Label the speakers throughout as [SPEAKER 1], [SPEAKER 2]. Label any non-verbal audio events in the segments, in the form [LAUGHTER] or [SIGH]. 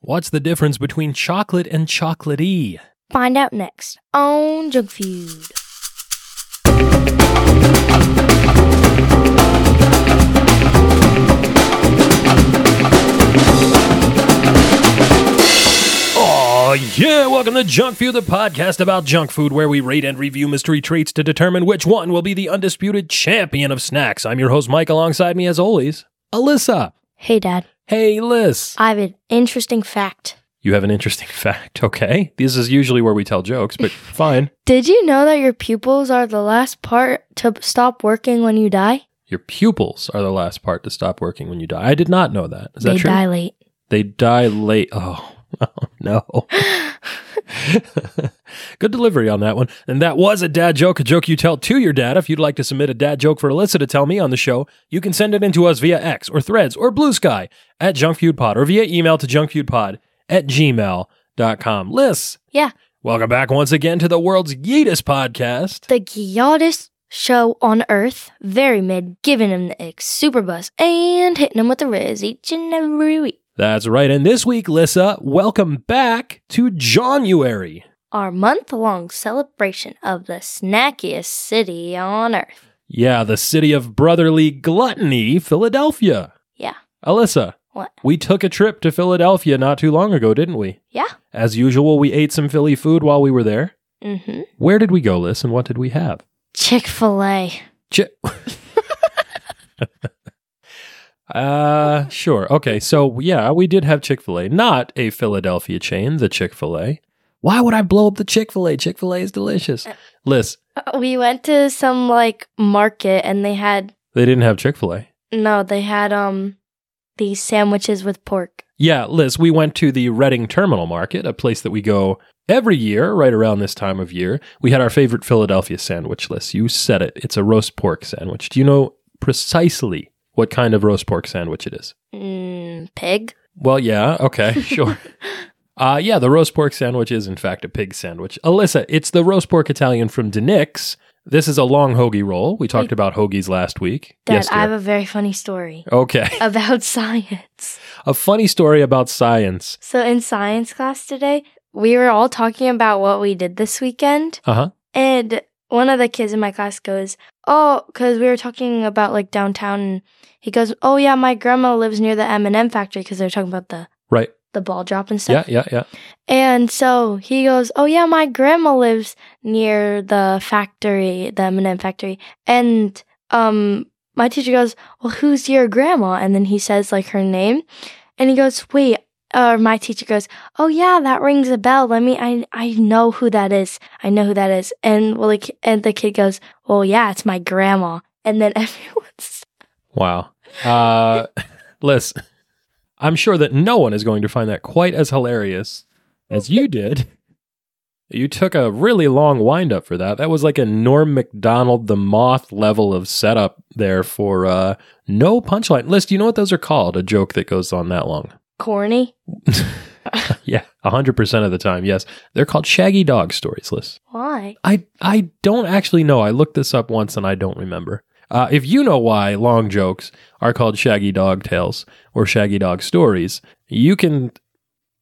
[SPEAKER 1] What's the difference between chocolate and chocolatey?
[SPEAKER 2] Find out next on Junk Feud.
[SPEAKER 1] Oh, yeah. Welcome to Junk Food, the podcast about junk food, where we rate and review mystery treats to determine which one will be the undisputed champion of snacks. I'm your host, Mike. Alongside me, as always, Alyssa.
[SPEAKER 2] Hey, Dad.
[SPEAKER 1] Hey, Liz.
[SPEAKER 2] I have an interesting fact.
[SPEAKER 1] You have an interesting [LAUGHS] fact, okay? This is usually where we tell jokes, but fine.
[SPEAKER 2] Did you know that your pupils are the last part to stop working when you die?
[SPEAKER 1] Your pupils are the last part to stop working when you die. I did not know that. Is that
[SPEAKER 2] they
[SPEAKER 1] true?
[SPEAKER 2] dilate.
[SPEAKER 1] They die late. Oh, [LAUGHS] oh no. [LAUGHS] Good delivery on that one. And that was a dad joke, a joke you tell to your dad. If you'd like to submit a dad joke for Alyssa to tell me on the show, you can send it in to us via X or Threads or Blue Sky at JunkFeudPod or via email to junkfeudpod at gmail.com. Liz.
[SPEAKER 2] Yeah.
[SPEAKER 1] Welcome back once again to the world's yeetest podcast.
[SPEAKER 2] The Giotis show on Earth, very mid, giving him the X super bus and hitting him with the Riz each and every week.
[SPEAKER 1] That's right. And this week, Lissa, welcome back to January.
[SPEAKER 2] Our month long celebration of the snackiest city on Earth.
[SPEAKER 1] Yeah, the city of brotherly gluttony, Philadelphia.
[SPEAKER 2] Yeah.
[SPEAKER 1] Alyssa,
[SPEAKER 2] What?
[SPEAKER 1] we took a trip to Philadelphia not too long ago, didn't we?
[SPEAKER 2] Yeah.
[SPEAKER 1] As usual, we ate some Philly food while we were there.
[SPEAKER 2] Mm hmm.
[SPEAKER 1] Where did we go, Liz, and what did we have?
[SPEAKER 2] Chick fil A.
[SPEAKER 1] Chi- [LAUGHS] uh, sure. Okay, so yeah, we did have Chick fil A, not a Philadelphia chain, the Chick fil A. Why would I blow up the Chick fil A? Chick fil A is delicious.
[SPEAKER 2] Uh,
[SPEAKER 1] Liz,
[SPEAKER 2] We went to some like market and they had,
[SPEAKER 1] they didn't have Chick fil A.
[SPEAKER 2] no, they had, um, these sandwiches with pork.
[SPEAKER 1] Yeah, Liz, we went to the Reading Terminal Market, a place that we go every year, right around this time of year. We had our favorite Philadelphia sandwich, Liz. You said it. It's a roast pork sandwich. Do you know precisely what kind of roast pork sandwich it is?
[SPEAKER 2] Mm, pig?
[SPEAKER 1] Well, yeah, okay, sure. Uh, yeah, the roast pork sandwich is, in fact, a pig sandwich. Alyssa, it's the roast pork Italian from Denix. This is a long hoagie roll. We talked about hoagies last week.
[SPEAKER 2] Dad,
[SPEAKER 1] yes, dear.
[SPEAKER 2] I have a very funny story [LAUGHS]
[SPEAKER 1] okay. [LAUGHS]
[SPEAKER 2] about science.
[SPEAKER 1] a funny story about science.
[SPEAKER 2] So in science class today, we were all talking about what we did this weekend,
[SPEAKER 1] Uh huh.
[SPEAKER 2] and one of the kids in my class goes, "Oh, because we were talking about like downtown." And he goes, "Oh yeah, my grandma lives near the M and M factory because they're talking about the
[SPEAKER 1] Right.
[SPEAKER 2] the ball drop and
[SPEAKER 1] Yeah,
[SPEAKER 2] stuff."
[SPEAKER 1] yeah, yeah.
[SPEAKER 2] And so he goes, "Oh yeah, my grandma lives near the factory, the M and M factory." And um, my teacher goes, "Well, who's your grandma?" And then he says like her name, and he goes, "Wait." Or my teacher goes, "Oh yeah, that rings a bell. Let me. I I know who that is. I know who that is." And well, like, and the kid goes, "Well, yeah, it's my grandma." And then [LAUGHS] everyone's
[SPEAKER 1] Wow. Uh, [LAUGHS] Liz, I'm sure that no one is going to find that quite as hilarious as you did. You took a really long wind up for that. That was like a Norm MacDonald the Moth level of setup there for uh, no punchline. Liz, do you know what those are called? A joke that goes on that long. [LAUGHS]
[SPEAKER 2] corny.
[SPEAKER 1] Yeah, 100% of the time. Yes. They're called shaggy dog stories, Liz.
[SPEAKER 2] Why?
[SPEAKER 1] I I don't actually know. I looked this up once and I don't remember. Uh, if you know why long jokes are called shaggy dog tales or shaggy dog stories, you can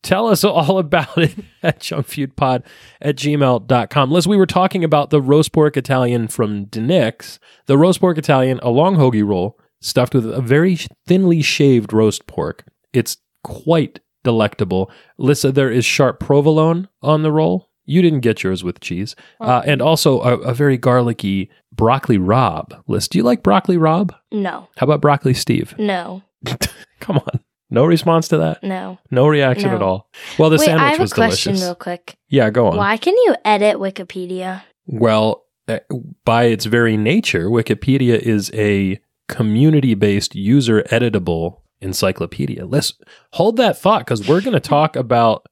[SPEAKER 1] tell us all [LAUGHS] about it at junkfeudpod at gmail.com. Liz, we were talking about the roast pork Italian from Denix. The roast pork Italian, a long hoagie roll stuffed with a very thinly shaved roast pork. It's quite delectable. Lissa, there is sharp provolone on the roll. You didn't get yours with cheese. Uh,
[SPEAKER 2] Oh.
[SPEAKER 1] and also a, a very garlicky broccoli rob list. Do you like broccoli rob?
[SPEAKER 2] No,
[SPEAKER 1] How about broccoli Steve?
[SPEAKER 2] no,
[SPEAKER 1] Come on. No response to that.
[SPEAKER 2] no.
[SPEAKER 1] No reaction
[SPEAKER 2] No.
[SPEAKER 1] at all. Well, the
[SPEAKER 2] Wait,
[SPEAKER 1] sandwich
[SPEAKER 2] I have
[SPEAKER 1] was
[SPEAKER 2] a question
[SPEAKER 1] delicious.
[SPEAKER 2] real quick.
[SPEAKER 1] Yeah, go on.
[SPEAKER 2] Why can you edit Wikipedia? [LAUGHS]
[SPEAKER 1] Well, uh, by its very nature, Wikipedia is a community based, user editable encyclopedia. Let's hold that thought because we're going to talk about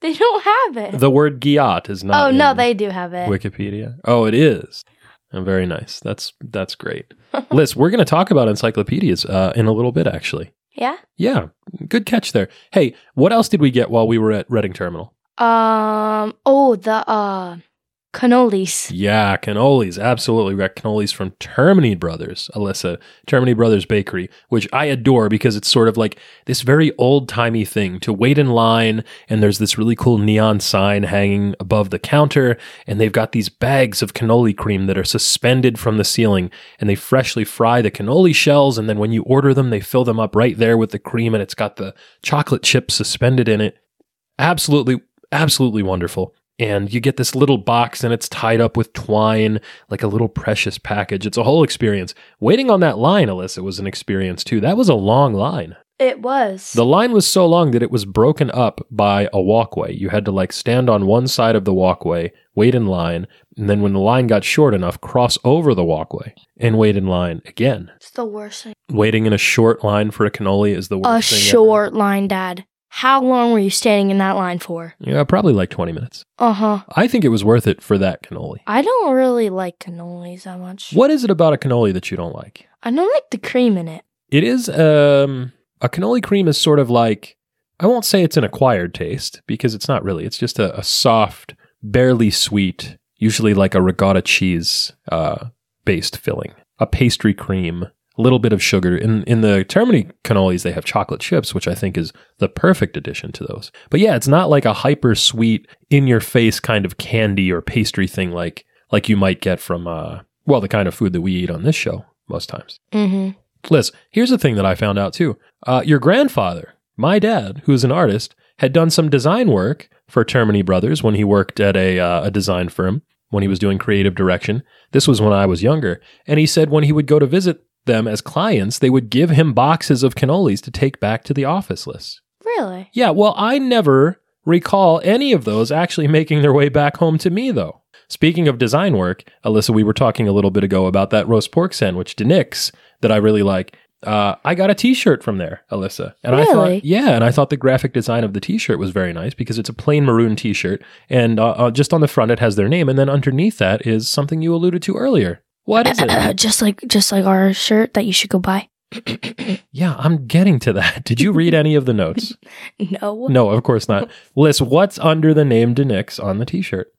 [SPEAKER 2] They don't have it.
[SPEAKER 1] the word Giat is not.
[SPEAKER 2] oh no,
[SPEAKER 1] in-
[SPEAKER 2] they do have it.
[SPEAKER 1] Wikipedia. Oh, it is. Oh, very nice. That's that's great. Liz, we're going to talk about encyclopedias uh, in a little bit, actually.
[SPEAKER 2] yeah.
[SPEAKER 1] Yeah, good catch there. Hey, what else did we get while we were at Reading Terminal?
[SPEAKER 2] Um. Oh, the uh, cannolis.
[SPEAKER 1] Yeah, cannolis. Absolutely. Rec cannolis from Termini Brothers, Alyssa. Termini Brothers Bakery, which I adore because it's sort of like this very old timey thing to wait in line. And there's this really cool neon sign hanging above the counter. And they've got these bags of cannoli cream that are suspended from the ceiling. And they freshly fry the cannoli shells. And then when you order them, they fill them up right there with the cream. And it's got the chocolate chips suspended in it. Absolutely, absolutely wonderful and you get this little box and it's tied up with twine like a little precious package it's a whole experience waiting on that line alyssa was an experience too that was a long line
[SPEAKER 2] It was.
[SPEAKER 1] the line was so long that it was broken up by a walkway you had to like stand on one side of the walkway wait in line and then when the line got short enough cross over the walkway and wait in line again
[SPEAKER 2] it's the worst thing.
[SPEAKER 1] waiting in a short line for a cannoli is the worst
[SPEAKER 2] A
[SPEAKER 1] thing ever.
[SPEAKER 2] short line, Dad. How long were you standing in that line for?
[SPEAKER 1] yeah probably like 20 minutes
[SPEAKER 2] Uh huh.
[SPEAKER 1] i think it was worth it for that cannoli
[SPEAKER 2] I don't really like cannolis that much.
[SPEAKER 1] what is it about a cannoli that you don't like
[SPEAKER 2] I don't like the cream in it.
[SPEAKER 1] It is um a cannoli cream is sort of like I won't say it's an acquired taste because it's not really. It's just a, a soft, barely sweet, usually like a regatta cheese uh, based filling, a pastry cream, a little bit of sugar. In in the Termini cannolis, they have chocolate chips, which I think is the perfect addition to those. But yeah, it's not like a hyper sweet, in your face kind of candy or pastry thing like like you might get from uh, well the kind of food that we eat on this show most times.
[SPEAKER 2] Mm
[SPEAKER 1] Liz, here's the thing that I found out too. Uh, your grandfather, my dad, who's an artist, had done some design work for Termini Brothers when he worked at a, uh, a design firm when he was doing creative direction. This was when I was younger. And he said when he would go to visit them as clients, they would give him boxes of cannolis to take back to the office list.
[SPEAKER 2] hmm. Really?
[SPEAKER 1] Yeah, well, I never recall any of those actually [LAUGHS] making their way back home to me, though. Speaking of design work, Alyssa, we were talking a little bit ago about that roast pork sandwich to Nick's that I really like. Uh, I got a T-shirt from there, Alyssa, and I
[SPEAKER 2] Really?
[SPEAKER 1] thought, yeah, and I thought the graphic design of the T-shirt was very nice because it's a plain maroon T-shirt, and uh, uh, just on the front it has their name, and then underneath that is something you alluded to earlier. What is
[SPEAKER 2] [COUGHS]
[SPEAKER 1] it?
[SPEAKER 2] just like just like our shirt that you should go buy. [LAUGHS]
[SPEAKER 1] yeah, I'm getting to that. Did you read any of the notes?
[SPEAKER 2] no.
[SPEAKER 1] No, of course not. Liz, what's under the name Denix on the t-shirt?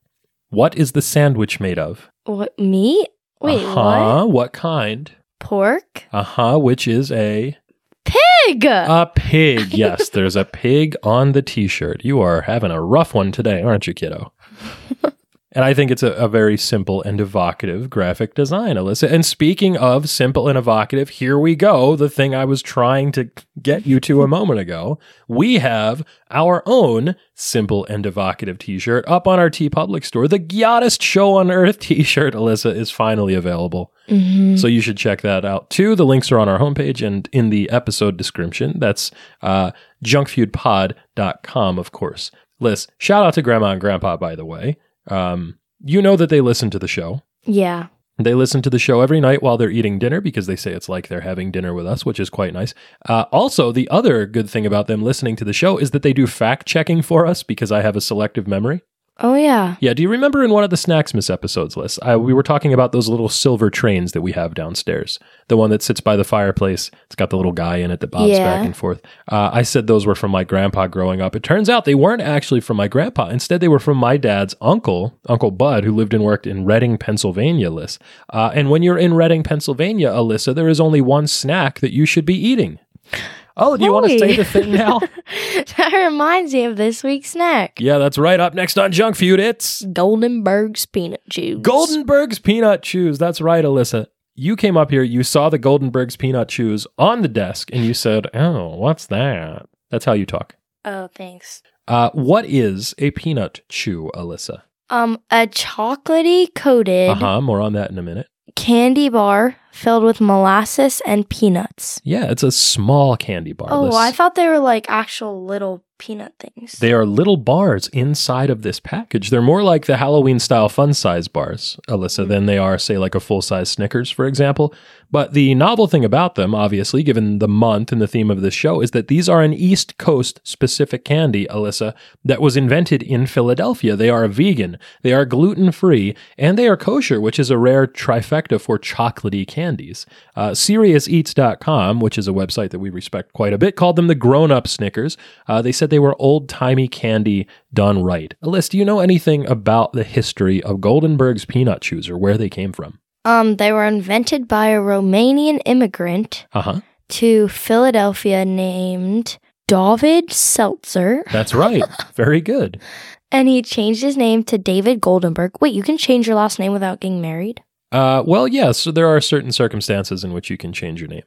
[SPEAKER 1] What is the sandwich made of?
[SPEAKER 2] What meat? Wait, what?
[SPEAKER 1] uh-huh. what? kind?
[SPEAKER 2] Pork?
[SPEAKER 1] Uh-huh, which is a
[SPEAKER 2] Pig.
[SPEAKER 1] a pig. Yes, there's a pig on the t-shirt. You are having a rough one today, aren't you, kiddo? and I think it's a, a very simple and evocative graphic design, Alyssa. And speaking of simple and evocative, here we go. The thing I was trying to get you to a moment ago. We have our own simple and evocative t-shirt up on our T Public store. The Gyottest Show on Earth t-shirt, Alyssa, is finally available.
[SPEAKER 2] hmm
[SPEAKER 1] So you should check that out too. The links are on our homepage and in the episode description. That's uh, junkfeudpod.com, of course. Liz, shout out to Grandma and Grandpa, by the way. Um, you know that they listen to the show.
[SPEAKER 2] Yeah.
[SPEAKER 1] They listen to the show every night while they're eating dinner because they say it's like they're having dinner with us, which is quite nice. Uh, also, the other good thing about them listening to the show is that they do fact checking for us because I have a selective memory.
[SPEAKER 2] Oh yeah. [LAUGHS]
[SPEAKER 1] Yeah, do you remember in one of the Snacks Miss episodes, Liz, I, we were talking about those little silver trains that we have downstairs? The one that sits by the fireplace. It's got the little guy in it that bobs
[SPEAKER 2] Yeah.
[SPEAKER 1] back and forth. Uh, I said those were from my grandpa growing up. It turns out they weren't actually from my grandpa. Instead, they were from my dad's uncle, Uncle Bud, who lived and worked in Reading, Pennsylvania, Liz. Uh, and when you're in Reading, Pennsylvania, Alyssa, there is only one snack that you should be eating. Oh, do you want to
[SPEAKER 2] Hey.
[SPEAKER 1] say the thing now?
[SPEAKER 2] that reminds me of this week's snack.
[SPEAKER 1] yeah, that's right. Up next on Junk Feud, it's.
[SPEAKER 2] Goldenberg's peanut juice.
[SPEAKER 1] Goldenberg's peanut chews. That's right, Alyssa. You came up here, you saw the Goldenberg's peanut chews on the desk, and you said, Oh, what's that? That's how you talk.
[SPEAKER 2] Oh, thanks.
[SPEAKER 1] Uh, what is a peanut chew, Alyssa?
[SPEAKER 2] Um, a chocolatey coated
[SPEAKER 1] Uh huh. More on that in a minute.
[SPEAKER 2] candy bar filled with molasses and peanuts.
[SPEAKER 1] Yeah, it's a small candy bar.
[SPEAKER 2] Oh,
[SPEAKER 1] Liz.
[SPEAKER 2] I thought they were like actual little peanut things.
[SPEAKER 1] They are little bars inside of this package. They're more like the Halloween style fun size bars, Alyssa, than they are, say, like a full size Snickers, for example. But the novel thing about them, obviously, given the month and the theme of this show, is that these are an East Coast specific candy, Alyssa, that was invented in Philadelphia. They are vegan, they are gluten free, and they are kosher, which is a rare trifecta for chocolatey candies. Uh, SeriousEats.com, which is a website that we respect quite a bit, called them the grown up Snickers. Uh, they said they were old timey candy done right. Alyssa, do you know anything about the history of Goldenberg's peanut chews or where they came from?
[SPEAKER 2] Um, they were invented by a Romanian immigrant
[SPEAKER 1] Uh huh.
[SPEAKER 2] to Philadelphia named David Seltzer,
[SPEAKER 1] That's right. Very good.
[SPEAKER 2] and he changed his name to David Goldenberg. Wait, you can change your last name without getting married?
[SPEAKER 1] Uh, well, yeah, so there are certain circumstances in which you can change your name.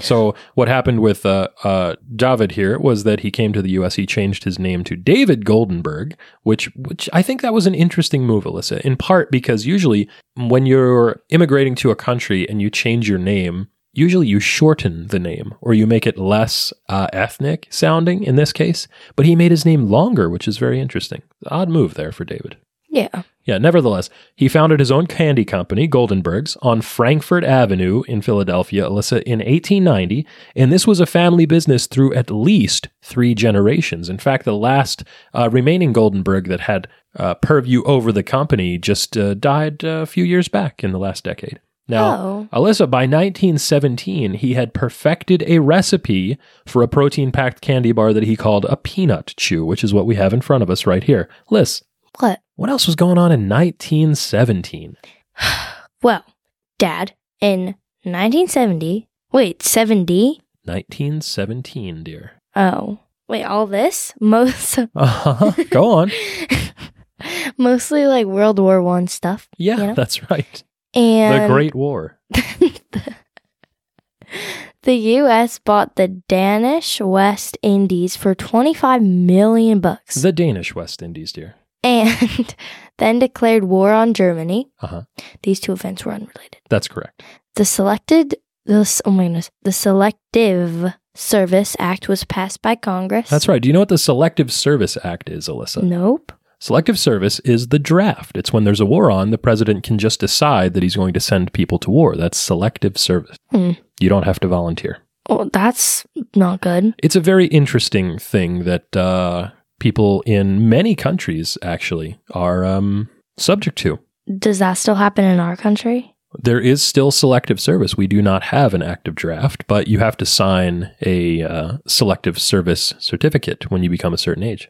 [SPEAKER 1] So what happened with uh, uh, David here was that he came to the U.S. He changed his name to David Goldenberg, which which I think that was an interesting move, Alyssa. In part because usually when you're immigrating to a country and you change your name, usually you shorten the name or you make it less uh, ethnic sounding. In this case, but he made his name longer, which is very interesting. Odd move there for David.
[SPEAKER 2] Yeah.
[SPEAKER 1] Yeah, nevertheless, he founded his own candy company, Goldenberg's, on Frankfurt Avenue in Philadelphia, Alyssa, in 1890. And this was a family business through at least three generations. In fact, the last uh, remaining Goldenberg that had uh, purview over the company just uh, died uh, a few years back in the last decade. Now,
[SPEAKER 2] Oh.
[SPEAKER 1] Alyssa, by 1917, he had perfected a recipe for a protein packed candy bar that he called a peanut chew, which is what we have in front of us right here. Liz,
[SPEAKER 2] What?
[SPEAKER 1] what else was going on in 1917?
[SPEAKER 2] Well, Dad, in 1970, wait, 70?
[SPEAKER 1] 1917, dear.
[SPEAKER 2] Oh. Wait, all this? [LAUGHS] Most
[SPEAKER 1] Uh-huh. Go on.
[SPEAKER 2] mostly like World War 1 stuff.
[SPEAKER 1] Yeah,
[SPEAKER 2] Yeah.
[SPEAKER 1] that's right.
[SPEAKER 2] And
[SPEAKER 1] the
[SPEAKER 2] [LAUGHS]
[SPEAKER 1] Great War.
[SPEAKER 2] The U.S. bought the Danish West Indies for 25 million bucks,
[SPEAKER 1] The Danish West Indies, dear.
[SPEAKER 2] and [LAUGHS] then declared war on Germany.
[SPEAKER 1] Uh-huh.
[SPEAKER 2] These two events were unrelated.
[SPEAKER 1] That's correct.
[SPEAKER 2] The selected the oh my goodness, the Selective Service Act was passed by Congress.
[SPEAKER 1] That's right. Do you know what the Selective Service Act is, Alyssa?
[SPEAKER 2] Nope.
[SPEAKER 1] Selective service is the draft. It's when there's a war on, the president can just decide that he's going to send people to war. That's selective service.
[SPEAKER 2] Hmm.
[SPEAKER 1] You don't have to volunteer.
[SPEAKER 2] Oh, that's not good.
[SPEAKER 1] It's a very interesting thing that uh, people in many countries actually are um, subject to.
[SPEAKER 2] Does that still happen in our country?
[SPEAKER 1] There is still selective service. We do not have an active draft, but you have to sign a uh, selective service certificate when you become a certain age.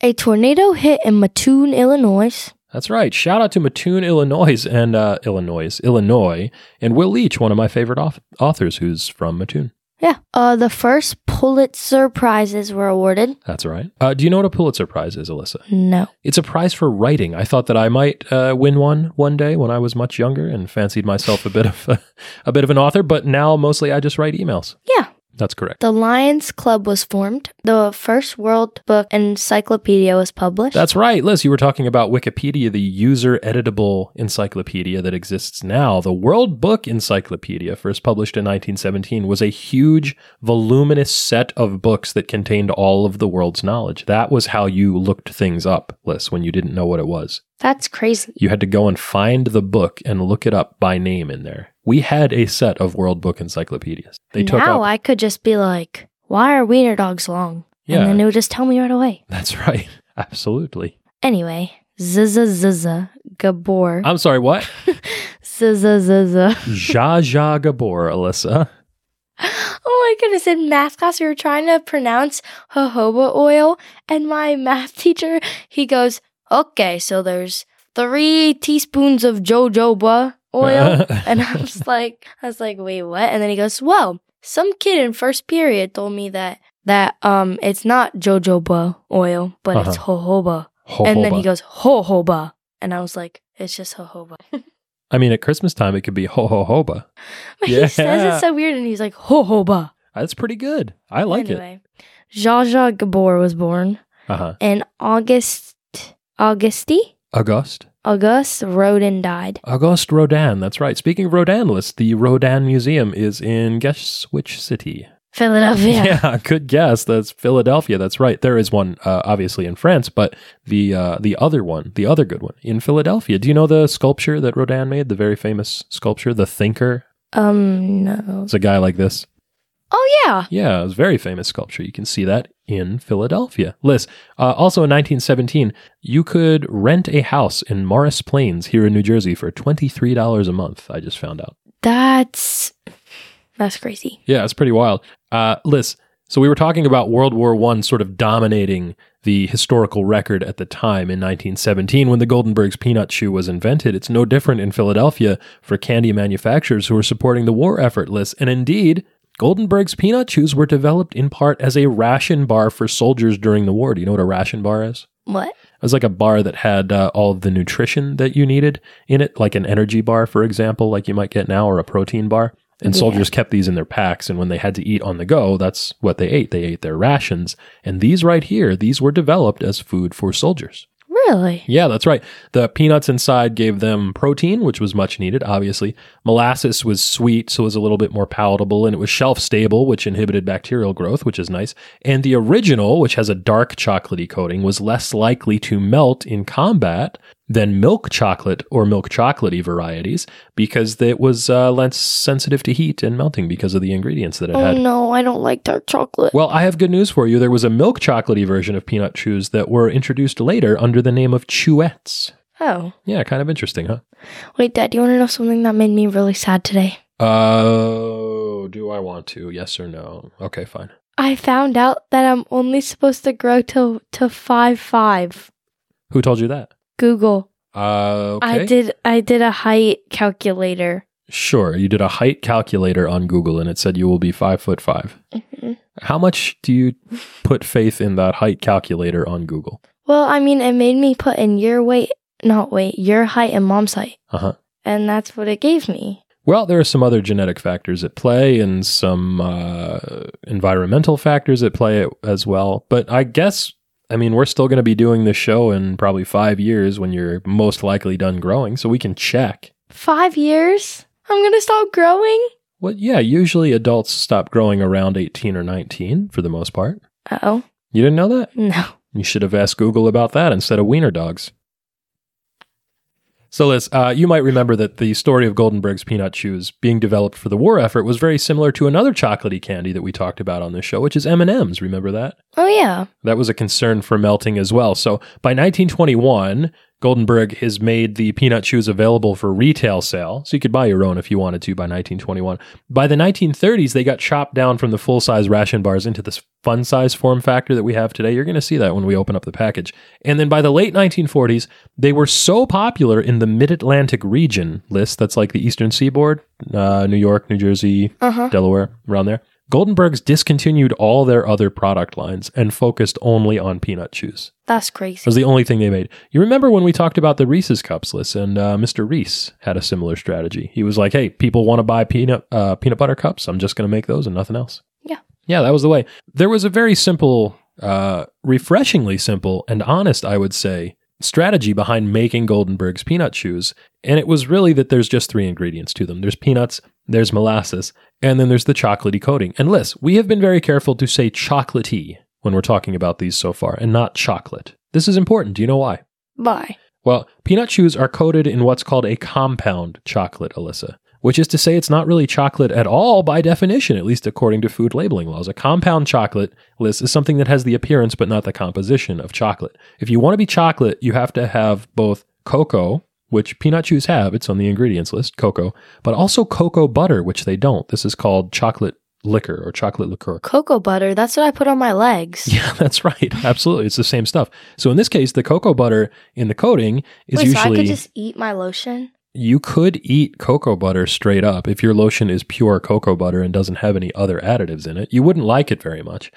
[SPEAKER 2] A tornado hit in Mattoon, Illinois.
[SPEAKER 1] That's right. Shout out to Mattoon, Illinois, and uh, Illinois, Illinois, and Will Leach, one of my favorite auth- authors, who's from Mattoon.
[SPEAKER 2] Yeah. Uh, the first Pulitzer prizes were awarded.
[SPEAKER 1] That's right. Uh, do you know what a Pulitzer Prize is, Alyssa?
[SPEAKER 2] No.
[SPEAKER 1] It's a prize for writing. I thought that I might uh, win one one day when I was much younger and fancied myself a bit of a, a bit of an author. But now, mostly, I just write emails.
[SPEAKER 2] Yeah.
[SPEAKER 1] That's correct.
[SPEAKER 2] The Lions Club was formed. The first World Book Encyclopedia was published.
[SPEAKER 1] That's right, Liz. You were talking about Wikipedia, the user editable encyclopedia that exists now. The World Book Encyclopedia, first published in 1917, was a huge, voluminous set of books that contained all of the world's knowledge. That was how you looked things up, Liz, when you didn't know what it was.
[SPEAKER 2] That's crazy.
[SPEAKER 1] You had to go and find the book and look it up by name in there. We had a set of World Book encyclopedias. They took
[SPEAKER 2] now
[SPEAKER 1] up.
[SPEAKER 2] I could just be like, why are wiener dogs long?
[SPEAKER 1] yeah,
[SPEAKER 2] And then it would just tell me right away.
[SPEAKER 1] [LAUGHS] that's right. Absolutely.
[SPEAKER 2] Anyway, zzzz Gabor.
[SPEAKER 1] I'm sorry, what?
[SPEAKER 2] Zzzz.
[SPEAKER 1] Zsa Zsa Gabor, Alyssa.
[SPEAKER 2] [LAUGHS] Oh my goodness, in math class we were trying to pronounce jojoba oil and my math [LAUGHS] teacher, he goes, "Okay, so there's 3 teaspoons of jojoba oil."
[SPEAKER 1] [LAUGHS]
[SPEAKER 2] And I was like, I was like, wait, what? And then he goes, well, some kid in first period told me that that um it's not jojoba oil, but it's jojoba. And then he
[SPEAKER 1] Jojoba.
[SPEAKER 2] goes jojoba, and I was like, it's just [LAUGHS] jojoba.
[SPEAKER 1] I mean, at Christmas time, it could be ho ho hoba.
[SPEAKER 2] he says
[SPEAKER 1] Yeah.
[SPEAKER 2] it so weird, and he's like jojoba.
[SPEAKER 1] That's pretty good. I like
[SPEAKER 2] anyway, Zsa Zsa Gabor was born
[SPEAKER 1] it. Uh huh.
[SPEAKER 2] in August. Augusti
[SPEAKER 1] Auguste.
[SPEAKER 2] August Rodin died.
[SPEAKER 1] Auguste Rodin. That's right. Speaking of Rodin lists, the Rodin Museum is in guess which city? [LAUGHS]
[SPEAKER 2] Philadelphia.
[SPEAKER 1] good guess. That's Philadelphia. That's right. There is one, uh, obviously in France, but the uh, the other one, the other good one, in Philadelphia. Do you know the sculpture that Rodin made? The very famous sculpture, the Thinker.
[SPEAKER 2] Um no.
[SPEAKER 1] It's a guy like this.
[SPEAKER 2] Oh yeah.
[SPEAKER 1] Yeah, it was a very famous sculpture. You can see that in Philadelphia. Liz, uh, also in 1917, you could rent a house in Morris Plains here in New Jersey for $23 a month, I just found out.
[SPEAKER 2] That's that's crazy.
[SPEAKER 1] Yeah, it's pretty wild. Uh, Liz, so we were talking about World War One sort of dominating the historical record at the time in 1917 when the Goldenberg's peanut shoe was invented. It's no different in Philadelphia for candy manufacturers who were supporting the war effort, Liz. And indeed, Goldenberg's peanut shoes were developed in part as a ration bar for soldiers during the war. Do you know what a ration bar is?
[SPEAKER 2] What?
[SPEAKER 1] It was like a bar that had uh, all of the nutrition that you needed in it, like an energy bar, for example, like you might get now, or a protein bar. And
[SPEAKER 2] Yeah.
[SPEAKER 1] soldiers kept these in their packs. And when they had to eat on the go, that's what they ate. They ate their rations. And these right here, these were developed as food for soldiers.
[SPEAKER 2] Really?
[SPEAKER 1] Yeah, that's right. The peanuts inside gave them protein, which was much needed, obviously. Molasses was sweet, so it was a little bit more palatable, and it was shelf stable, which inhibited bacterial growth, which is nice. And the original, which has a dark chocolatey coating, was less likely to melt in combat than milk chocolate or milk chocolatey varieties because it was uh, less sensitive to heat and melting because of the ingredients that it
[SPEAKER 2] Oh
[SPEAKER 1] had.
[SPEAKER 2] no, I don't like dark chocolate.
[SPEAKER 1] Well, I have good news for you. There was a milk chocolatey version of peanut chews that were introduced later under the name of Chewettes.
[SPEAKER 2] Oh.
[SPEAKER 1] Yeah, kind of interesting, huh?
[SPEAKER 2] Wait, Dad, do you want to know something that made me really sad today?
[SPEAKER 1] Oh, do I want to? Yes or no? Okay, fine.
[SPEAKER 2] I found out that I'm only supposed to grow to to five five.
[SPEAKER 1] Who told you that?
[SPEAKER 2] Google.
[SPEAKER 1] Uh, okay.
[SPEAKER 2] I did I did a height calculator.
[SPEAKER 1] Sure, you did a height calculator on Google, and it said you will be five foot five. How much do you put faith in that height calculator on Google?
[SPEAKER 2] Well, I mean, it made me put in your weight, not weight, your height and mom's height,
[SPEAKER 1] Uh huh.
[SPEAKER 2] and that's what it gave me.
[SPEAKER 1] Well, there are some other genetic factors at play and some uh, environmental factors at play as well. But I guess, I mean, we're still going to be doing this show in probably five years when you're most likely done growing, so we can check.
[SPEAKER 2] Five years? I'm gonna stop growing?
[SPEAKER 1] Well, yeah, usually adults stop growing around 18 or 19 for the most part.
[SPEAKER 2] Uh oh.
[SPEAKER 1] You didn't know that?
[SPEAKER 2] [LAUGHS] No.
[SPEAKER 1] You should have asked Google about that instead of wiener dogs. So, Liz, uh, you might remember that the story of Goldenberg's peanut shoes being developed for the war effort was very similar to another chocolatey candy that we talked about on this show, which is M&M's. Remember that?
[SPEAKER 2] Oh yeah.
[SPEAKER 1] That was a concern for melting as well. So by 1921, Goldenberg has made the peanut shoes available for retail sale. So you could buy your own if you wanted to by 1921. By the 1930s, they got chopped down from the full size ration bars into this fun size form factor that we have today. You're going to see that when we open up the package. And then by the late 1940s, they were so popular in the mid Atlantic region list that's like the Eastern Seaboard, uh, New York, New Jersey,
[SPEAKER 2] Uh huh.
[SPEAKER 1] Delaware, around there. Goldenberg's discontinued all their other product lines and focused only on peanut chews.
[SPEAKER 2] That's
[SPEAKER 1] It
[SPEAKER 2] crazy.
[SPEAKER 1] was the only thing they made. You remember when we talked about the Reese's cups list, and uh, Mr. Reese had a similar strategy. He was like, "Hey, people want to buy peanut uh, peanut butter cups. I'm just going to make those and nothing else."
[SPEAKER 2] Yeah.
[SPEAKER 1] yeah, that was the way. There was a very simple, uh, refreshingly simple and honest, I would say, strategy behind making Goldenberg's peanut shoes, and it was really that there's just three ingredients to them. There's peanuts, there's molasses, and then there's the chocolatey coating. And Liz, we have been very careful to say chocolatey when we're talking about these so far and not chocolate. This is important. Do you know why?
[SPEAKER 2] Bye.
[SPEAKER 1] Well, peanut chews are coated in what's called a compound chocolate, Alyssa, which is to say it's not really chocolate at all by definition, at least according to food labeling laws. A compound chocolate, Liz, is something that has the appearance but not the composition of chocolate. If you want to be chocolate, you have to have both cocoa, which peanut chews have, it's on the ingredients list, cocoa, but also cocoa butter, which they don't. This is called chocolate liquor or chocolate
[SPEAKER 2] [LAUGHS]
[SPEAKER 1] liqueur.
[SPEAKER 2] Cocoa butter. That's what I put on my legs.
[SPEAKER 1] Yeah, that's right. Absolutely. It's the same stuff. So in this case, the cocoa butter in the coating is
[SPEAKER 2] Wait,
[SPEAKER 1] usually
[SPEAKER 2] so I could just eat my lotion?
[SPEAKER 1] you could eat cocoa butter straight up if your lotion is pure cocoa butter and doesn't have any other additives in it. You wouldn't like it very much.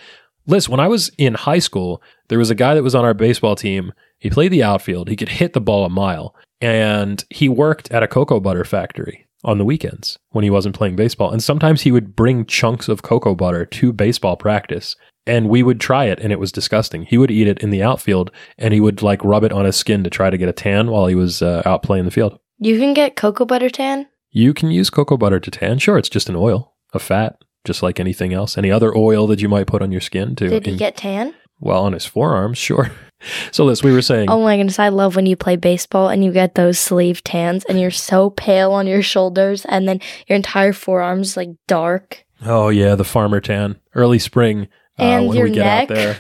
[SPEAKER 1] Liz, when I was in high school, there was a guy that was on our baseball team. He played the outfield. He could hit the ball a mile. And he worked at a cocoa butter factory on the weekends when he wasn't playing baseball. And sometimes he would bring chunks of cocoa butter to baseball practice. And we would try it, and it was disgusting. He would eat it in the outfield, and he would like rub it on his skin to try to get a tan while he was uh, out playing the field.
[SPEAKER 2] You can get cocoa butter tan.
[SPEAKER 1] You can use cocoa butter to tan. Sure, it's just an oil, a fat, just like anything else. Any other oil that you might put on your skin to,
[SPEAKER 2] Did he
[SPEAKER 1] in-
[SPEAKER 2] get tan?
[SPEAKER 1] well, on his forearms, sure. [LAUGHS] so, Liz, we were saying,
[SPEAKER 2] Oh my goodness, I love when you play baseball and you get those sleeve tans and you're so pale on your shoulders and then your entire forearms is, like dark.
[SPEAKER 1] oh yeah, the farmer tan, early spring uh,
[SPEAKER 2] And
[SPEAKER 1] when
[SPEAKER 2] your
[SPEAKER 1] we get
[SPEAKER 2] neck.
[SPEAKER 1] out there.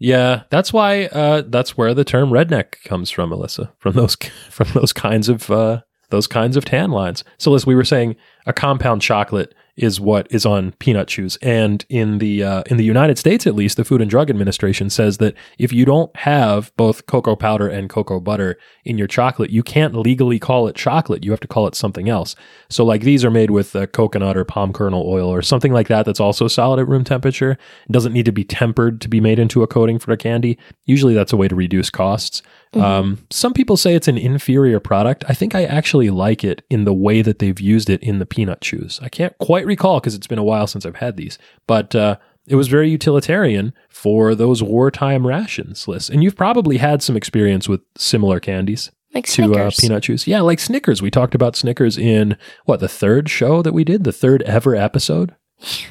[SPEAKER 1] Yeah, that's why. Uh, that's where the term redneck comes from, [LAUGHS] Alyssa. From those, from those kinds of uh, those kinds of tan lines. So, Liz, we were saying a compound chocolate is what is on peanut chews. And in the uh, in the United States, at least, the Food and Drug Administration says that if you don't have both cocoa powder and cocoa butter in your chocolate, you can't legally call it chocolate. You have to call it something else. So, like these are made with uh, coconut or palm kernel oil or something like that. That's also solid at room temperature. It doesn't need to be tempered to be made into a coating for a candy. Usually, that's a way to reduce costs. Um, some people say it's an inferior product. I think I actually like it in the way that they've used it in the peanut chews. I can't quite recall because it's been a while since I've had these, but uh, it was very utilitarian for those wartime rations lists. And you've probably had some experience with similar candies
[SPEAKER 2] Like
[SPEAKER 1] to uh,
[SPEAKER 2] Snickers.
[SPEAKER 1] peanut chews. Yeah, like Snickers. We talked about Snickers in what the third show that we did, the third ever episode.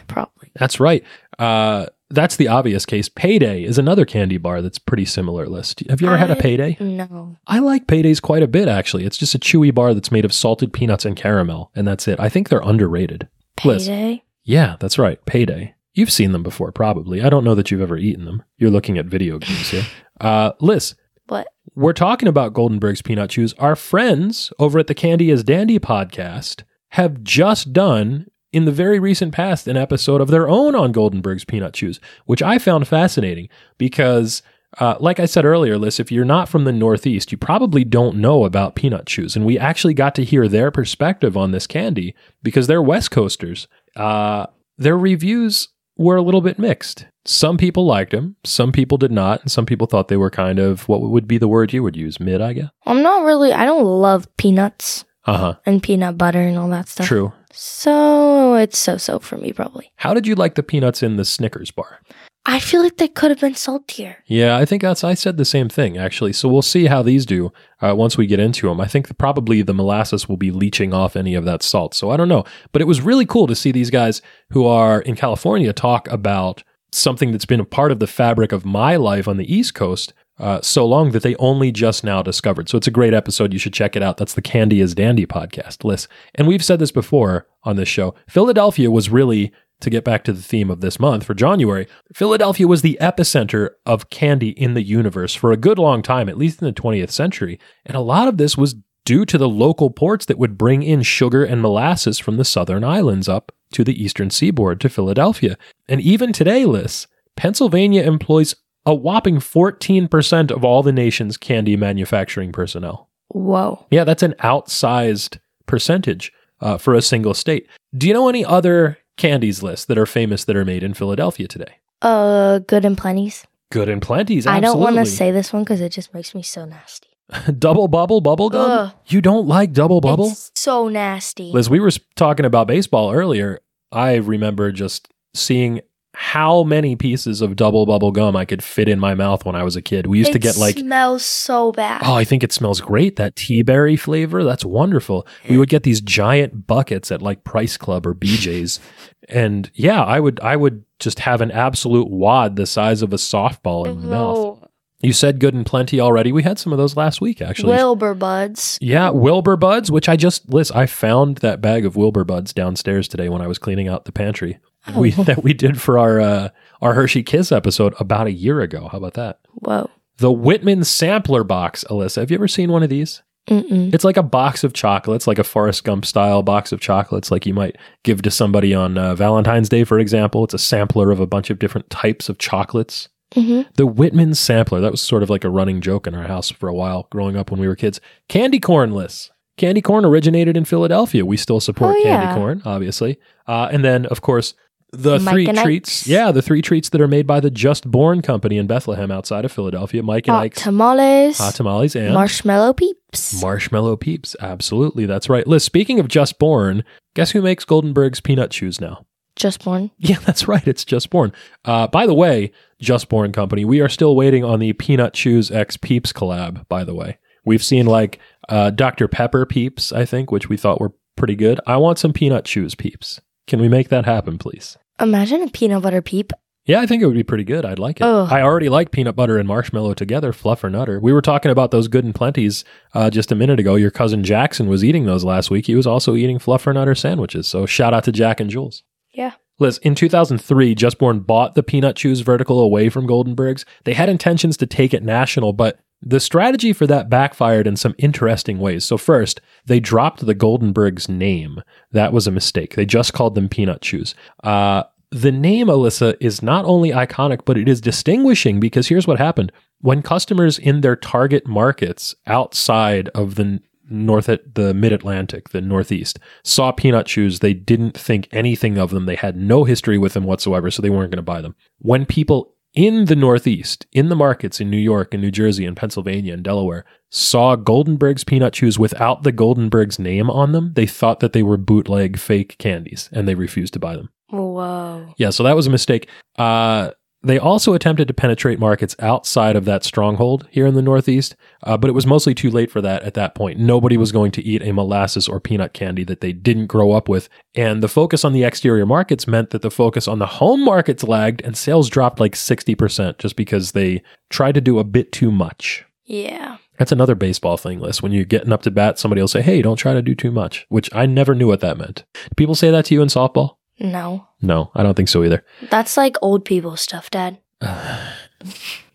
[SPEAKER 2] Probably.
[SPEAKER 1] That's right. Uh, that's the obvious case. Payday is another candy bar that's pretty similar list. Have you ever had a
[SPEAKER 2] I-
[SPEAKER 1] payday?
[SPEAKER 2] No.
[SPEAKER 1] I like paydays quite a bit, actually. It's just a chewy bar that's made of salted peanuts and caramel, and that's it. I think they're underrated. Liz.
[SPEAKER 2] Payday.
[SPEAKER 1] Yeah, that's right. Payday. You've seen them before, probably. I don't know that you've ever eaten them. You're looking at video games
[SPEAKER 2] [LAUGHS]
[SPEAKER 1] here. Uh, Liz,
[SPEAKER 2] What?
[SPEAKER 1] we're talking about Goldenberg's Peanut Chews. Our friends over at the Candy is Dandy podcast have just done, in the very recent past, an episode of their own on Goldenberg's Peanut Chews, which I found fascinating because. Uh, like I said earlier, Liz, if you're not from the Northeast, you probably don't know about peanut chews. And we actually got to hear their perspective on this candy because they're West Coasters. Uh, their reviews were a little bit mixed. Some people liked them, some people did not, and some people thought they were kind of what would be the word you would use, mid, I guess.
[SPEAKER 2] I'm not really. I don't love peanuts
[SPEAKER 1] Uh huh.
[SPEAKER 2] and peanut butter and all that stuff.
[SPEAKER 1] True.
[SPEAKER 2] So it's so so for me probably.
[SPEAKER 1] How did you like the peanuts in the Snickers bar?
[SPEAKER 2] I feel like they could have been saltier.
[SPEAKER 1] Yeah, I think that's I said the same thing actually. So we'll see how these do uh, once we get into them. I think probably the molasses will be leaching off any of that salt. So I don't know, but it was really cool to see these guys who are in California talk about something that's been a part of the fabric of my life on the East Coast uh, so long that they only just now discovered. So it's a great episode. You should check it out. That's the Candy is Dandy podcast list. And we've said this before on this show. Philadelphia was really, to get back to the theme of this month for January, Philadelphia was the epicenter of candy in the universe for a good long time, at least in the 20th century. And a lot of this was due to the local ports that would bring in sugar and molasses from the southern islands up to the eastern seaboard to Philadelphia. And even today, Liz, Pennsylvania employs a whopping 14% of all the nation's candy manufacturing personnel.
[SPEAKER 2] Whoa.
[SPEAKER 1] Yeah, that's an outsized percentage uh, for a single state. Do you know any other candies list that are famous that are made in Philadelphia today?
[SPEAKER 2] Uh, good and plenty's.
[SPEAKER 1] Good and plenty's.
[SPEAKER 2] I don't want to
[SPEAKER 1] absolutely.
[SPEAKER 2] say this one because it just makes me so nasty.
[SPEAKER 1] [LAUGHS] double bubble bubble gum.
[SPEAKER 2] Ugh.
[SPEAKER 1] You don't like double bubble?
[SPEAKER 2] It's so nasty.
[SPEAKER 1] Liz, we were s- talking about baseball earlier. I remember just seeing how many pieces of double bubble gum I could fit in my mouth when I was a kid. We used to
[SPEAKER 2] It
[SPEAKER 1] get like
[SPEAKER 2] smells so bad.
[SPEAKER 1] Oh, I think it smells great. That tea berry flavor. That's wonderful. We would get these giant buckets at like Price Club or BJ's. and yeah, I would I would just have an absolute wad the size of a softball in my mouth.
[SPEAKER 2] Ew.
[SPEAKER 1] You said good and plenty already. We had some of those last week actually.
[SPEAKER 2] Wilbur buds.
[SPEAKER 1] yeah, Wilbur Buds, which I just Liz, I found that bag of Wilbur Buds downstairs today when I was cleaning out the pantry. We [LAUGHS]
[SPEAKER 2] Oh.
[SPEAKER 1] that we did for our uh, our Hershey Kiss episode about a year ago. How about that?
[SPEAKER 2] Whoa.
[SPEAKER 1] The Whitman sampler box, Alyssa. Have you ever seen one of these?
[SPEAKER 2] Mm-mm.
[SPEAKER 1] It's like a box of chocolates, like a Forrest Gump style box of chocolates, like you might give to somebody on uh, Valentine's Day, for example. It's a sampler of a bunch of different types of chocolates.
[SPEAKER 2] hmm
[SPEAKER 1] The Whitman sampler, that was sort of like a running joke in our house for a while growing up when we were kids. Candy corn lists. Candy corn originated in Philadelphia. We still support
[SPEAKER 2] Oh,
[SPEAKER 1] candy
[SPEAKER 2] yeah.
[SPEAKER 1] corn, obviously. Uh, and then, of course, the
[SPEAKER 2] Mike
[SPEAKER 1] three
[SPEAKER 2] and
[SPEAKER 1] treats.
[SPEAKER 2] Ike's.
[SPEAKER 1] Yeah, the three treats that are made by the Just Born Company in Bethlehem outside of Philadelphia. Mike and
[SPEAKER 2] Hot
[SPEAKER 1] Ike's
[SPEAKER 2] Oh, tamales.
[SPEAKER 1] hot tamales and
[SPEAKER 2] marshmallow peeps.
[SPEAKER 1] Marshmallow Peeps. Absolutely. That's right. Liz, speaking of Just Born, guess who makes Goldenberg's peanut shoes now? [LAUGHS]
[SPEAKER 2] Just born.
[SPEAKER 1] Yeah, that's right. It's Just Born. Uh, by the way, Just Born Company, we are still waiting on the Peanut Shoes X Peeps collab, by the way. We've seen like uh, Dr. Pepper Peeps, I think, which we thought were pretty good. I want some Peanut Shoes Peeps. Can we make that happen, please?
[SPEAKER 2] Imagine a peanut butter peep.
[SPEAKER 1] Yeah, I think it would be pretty good. I'd like it.
[SPEAKER 2] Ugh.
[SPEAKER 1] I already like peanut butter and marshmallow together, fluff or nutter. We were talking about those good and plenties uh, just a minute ago. Your cousin Jackson was eating those last week. He was also eating fluff or nutter sandwiches. So shout out to Jack and Jules.
[SPEAKER 2] Yeah.
[SPEAKER 1] Liz, in 2003, Justborn bought the Peanut Chews vertical away from Goldenberg's. They had intentions to take it national, but The strategy for that backfired in some interesting ways. So, first, they dropped the Goldenbergs name. That was a mistake. They just called them peanut shoes. Uh, the name, Alyssa, is not only iconic, but it is distinguishing because here's what happened. When customers in their target markets outside of the north the mid-atlantic the northeast saw peanut shoes they didn't think anything of them they had no history with them whatsoever so they weren't going to buy them when people in the northeast in the markets in new york and new jersey and pennsylvania and delaware saw goldenberg's peanut shoes without the goldenberg's name on them they thought that they were bootleg fake candies and they refused to buy them
[SPEAKER 2] Whoa.
[SPEAKER 1] yeah, so that was a mistake. Uh, they also attempted to penetrate markets outside of that stronghold here in the Northeast, uh, but it was mostly too late for that at that point. Nobody was going to eat a molasses or peanut candy that they didn't grow up with. And the focus on the exterior markets meant that the focus on the home markets lagged and sales dropped like 60% just because they tried to do a bit too much.
[SPEAKER 2] Yeah.
[SPEAKER 1] That's another baseball thing, Liz. When you're getting up to bat, somebody will say, Hey, don't try to do too much, which I never knew what that meant. Do people say that to you in softball?
[SPEAKER 2] No.
[SPEAKER 1] No, I don't think so either.
[SPEAKER 2] That's like old people stuff, Dad.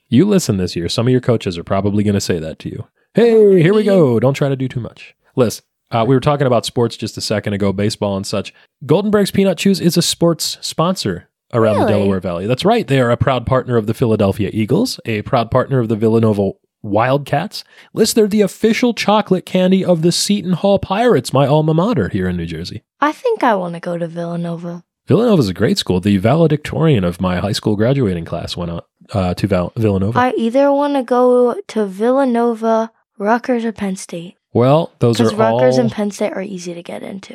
[SPEAKER 1] You listen this year. Some of your coaches are probably going to say that to you. Hey, here we go. Don't try to do too much. Liz, uh, we were talking about sports just a second ago, baseball and such. Golden Breaks Peanut Chews is a sports sponsor around the
[SPEAKER 2] Really?
[SPEAKER 1] Delaware Valley. That's right. They are a proud partner of the Philadelphia Eagles, a proud partner of the Villanova Wildcats. Liz, they're the official chocolate candy of the Seton Hall Pirates, my alma mater here in New Jersey.
[SPEAKER 2] I think I want to go to Villanova.
[SPEAKER 1] Villanova's a great school. The valedictorian of my high school graduating class went out uh, to Val- Villanova.
[SPEAKER 2] I either want to go to Villanova, Rutgers, or Penn State.
[SPEAKER 1] Well, those are
[SPEAKER 2] Because Rutgers
[SPEAKER 1] all.
[SPEAKER 2] and Penn State are easy to get into.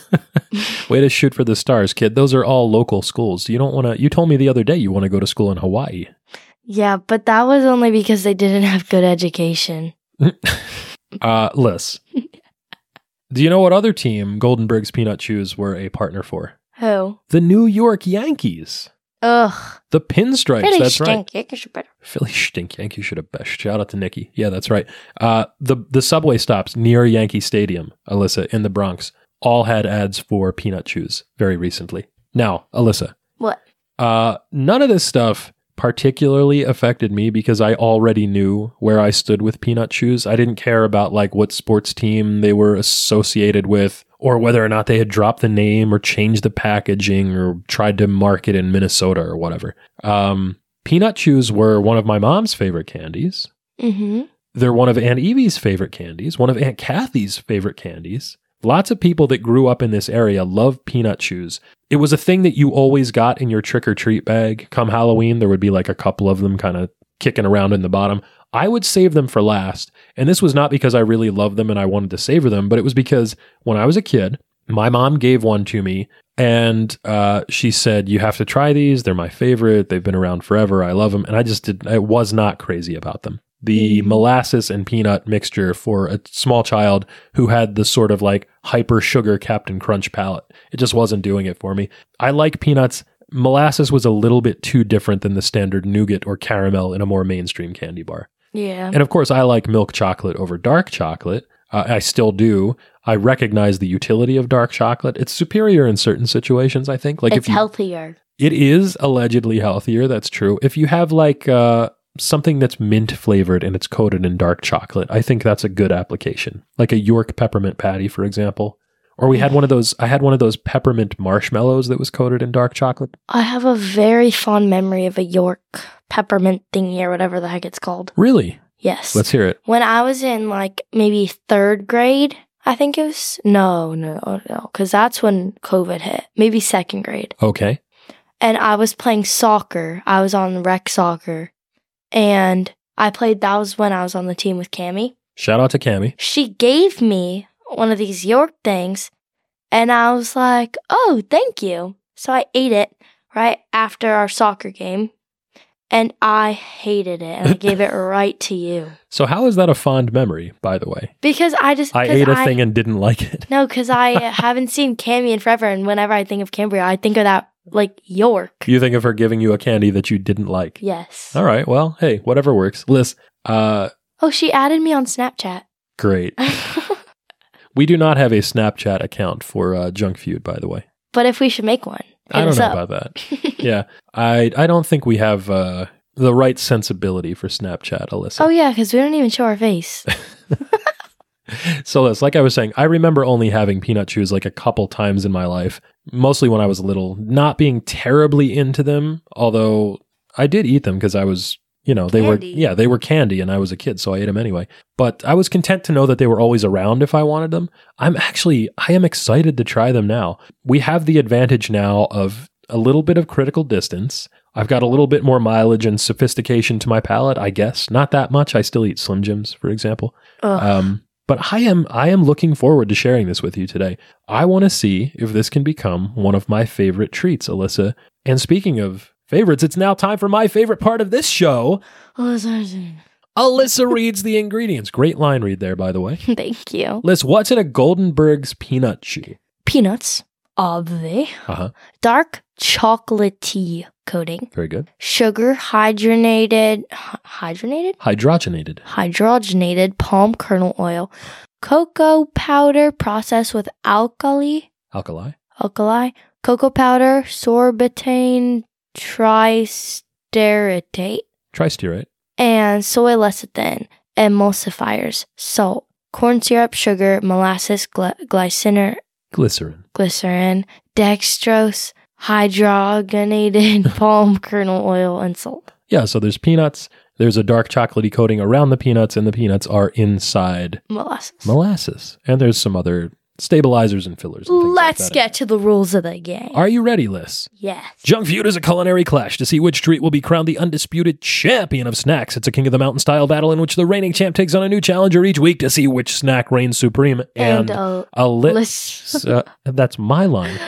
[SPEAKER 1] [LAUGHS] Way to shoot for the stars, kid. Those are all local schools. You don't want to. You told me the other day you want to go to school in Hawaii.
[SPEAKER 2] Yeah, but that was only because they didn't have good education.
[SPEAKER 1] Uh, Liz, do you know what other team Goldenberg's Peanut Shoes were a partner for?
[SPEAKER 2] Who?
[SPEAKER 1] The New York Yankees.
[SPEAKER 2] Ugh.
[SPEAKER 1] The Pinstripes.
[SPEAKER 2] Pretty
[SPEAKER 1] that's right.
[SPEAKER 2] stink. Yankees are better.
[SPEAKER 1] Philly stink. Yankees should have best. Shout out to Nikki. Yeah, that's right. Uh, the the subway stops near Yankee Stadium, Alyssa, in the Bronx, all had ads for peanut shoes very recently. Now, Alyssa,
[SPEAKER 2] What?
[SPEAKER 1] Uh, none of this stuff particularly affected me because I already knew where I stood with peanut shoes. I didn't care about like what sports team they were associated with or whether or not they had dropped the name or changed the packaging or tried to market in Minnesota or whatever. Um, peanut shoes were one of my mom's favorite candies.
[SPEAKER 2] Mm-hmm.
[SPEAKER 1] They're one of Aunt Evie's favorite candies, one of Aunt Kathy's favorite candies. Lots of people that grew up in this area love peanut shoes. It was a thing that you always got in your trick or treat bag. Come Halloween, there would be like a couple of them kind of kicking around in the bottom. I would save them for last. And this was not because I really loved them and I wanted to savor them, but it was because when I was a kid, my mom gave one to me and uh, she said, You have to try these. They're my favorite. They've been around forever. I love them. And I just did, I was not crazy about them. The
[SPEAKER 2] Mhm.
[SPEAKER 1] molasses and peanut mixture for a small child who had the sort of like hyper sugar Captain Crunch palate. It just wasn't doing it for me. I like peanuts. Molasses was a little bit too different than the standard nougat or caramel in a more mainstream candy bar.
[SPEAKER 2] Yeah.
[SPEAKER 1] And of course, I like milk chocolate over dark chocolate. Uh, I still do. I recognize the utility of dark chocolate. It's superior in certain situations, I think. Like
[SPEAKER 2] it's
[SPEAKER 1] if you,
[SPEAKER 2] healthier.
[SPEAKER 1] it is allegedly healthier. That's true. If you have like uh, something that's mint flavored and it's coated in dark chocolate, I think that's a good application. Like a York peppermint patty, for example. Or we had one of those. I had one of those peppermint marshmallows that was coated in dark chocolate.
[SPEAKER 2] I have a very fond memory of a York peppermint thingy or whatever the heck it's called.
[SPEAKER 1] Really?
[SPEAKER 2] Yes.
[SPEAKER 1] Let's hear it.
[SPEAKER 2] when I was in like maybe third grade, I think it was no, no, no, because that's when COVID hit. Maybe second grade,
[SPEAKER 1] Okay.
[SPEAKER 2] and I was playing soccer. I was on rec soccer, and I played. That was when I was on the team with Cammy.
[SPEAKER 1] Shout out to Cammy.
[SPEAKER 2] She gave me one of these York things, and I was like, "Oh, thank you." So I ate it right after our soccer game, and I hated it, and I
[SPEAKER 1] [LAUGHS]
[SPEAKER 2] gave it right to you
[SPEAKER 1] So, how is that a fond memory, by the way?
[SPEAKER 2] because I just
[SPEAKER 1] I
[SPEAKER 2] 'cause
[SPEAKER 1] ate a thing and didn't like
[SPEAKER 2] [LAUGHS]
[SPEAKER 1] it.
[SPEAKER 2] No, because I haven't seen Cammy in forever, and whenever I think of Cambria, I think of that like York.
[SPEAKER 1] You think of her giving you a candy that you didn't like.
[SPEAKER 2] Yes.
[SPEAKER 1] All right. Well, hey, whatever works. Liz, uh,
[SPEAKER 2] Oh, she added me on Snapchat. [LAUGHS]
[SPEAKER 1] great. We do not have a Snapchat account for uh, Junk Feud, by the way.
[SPEAKER 2] but if we should make one,
[SPEAKER 1] I
[SPEAKER 2] hit [LAUGHS]
[SPEAKER 1] don't
[SPEAKER 2] us
[SPEAKER 1] know
[SPEAKER 2] up.
[SPEAKER 1] about that. yeah, I I don't think we have uh, the right sensibility for Snapchat, Alyssa.
[SPEAKER 2] Oh yeah, because we don't even show
[SPEAKER 1] [LAUGHS]
[SPEAKER 2] our face.
[SPEAKER 1] So this, like I was saying, I remember only having peanut chews like a couple times in my life, mostly when I was little, not being terribly into them, although I did eat them because I was, you know, they
[SPEAKER 2] Candy.
[SPEAKER 1] were yeah, they were candy and I was a kid, so I ate them anyway. But I was content to know that they were always around if I wanted them. I'm actually I am excited to try them now. We have the advantage now of a little bit of critical distance. I've got a little bit more mileage and sophistication to my palate, I guess. Not that much. I still eat Slim Jims, for example.
[SPEAKER 2] Ugh.
[SPEAKER 1] Um, but I am I am looking forward to sharing this with you today. I want to see if this can become one of my favorite treats, Alyssa. And speaking of favorites, it's now time for my favorite part of this show.
[SPEAKER 2] Oh, sorry, sorry.
[SPEAKER 1] Alyssa reads the ingredients. Great line read there, by the way.
[SPEAKER 2] [LAUGHS] Thank you.
[SPEAKER 1] Liz, what's in a Goldenberg's peanut chew?
[SPEAKER 2] Peanuts, obvi.
[SPEAKER 1] Uh-huh.
[SPEAKER 2] Dark chocolatey coating.
[SPEAKER 1] Very good.
[SPEAKER 2] Sugar, hydrogenated, hy- hydrogenated,
[SPEAKER 1] Hydrogenated.
[SPEAKER 2] hydrogenated palm kernel oil. Cocoa powder processed with alkali
[SPEAKER 1] Alkali.
[SPEAKER 2] alkali, cocoa powder, sorbitane, tristeatate,
[SPEAKER 1] Tristearate.
[SPEAKER 2] and soy lecithin, emulsifiers, salt, corn syrup, sugar, molasses, gly- glyciner,
[SPEAKER 1] Glycerin.
[SPEAKER 2] glycerin, dextrose,
[SPEAKER 1] [LAUGHS]
[SPEAKER 2] hydrogenated palm kernel oil, and salt.
[SPEAKER 1] Yeah, so there's peanuts. There's a dark chocolatey coating around the peanuts, and the peanuts are inside
[SPEAKER 2] Molasses.
[SPEAKER 1] molasses, and there's some other stabilizers and fillers. And things like
[SPEAKER 2] Let's
[SPEAKER 1] that.
[SPEAKER 2] get to the rules of the game.
[SPEAKER 1] Are you ready, Liz?
[SPEAKER 2] yes.
[SPEAKER 1] Junk Feud is a culinary clash to see which treat will be crowned the undisputed champion of snacks. It's a King of the Mountain style battle in which the reigning champ takes on a new challenger each week to see which snack reigns supreme. And,
[SPEAKER 2] And, uh,
[SPEAKER 1] a lit.
[SPEAKER 2] let's-
[SPEAKER 1] uh, that's my
[SPEAKER 2] [LAUGHS]
[SPEAKER 1] line.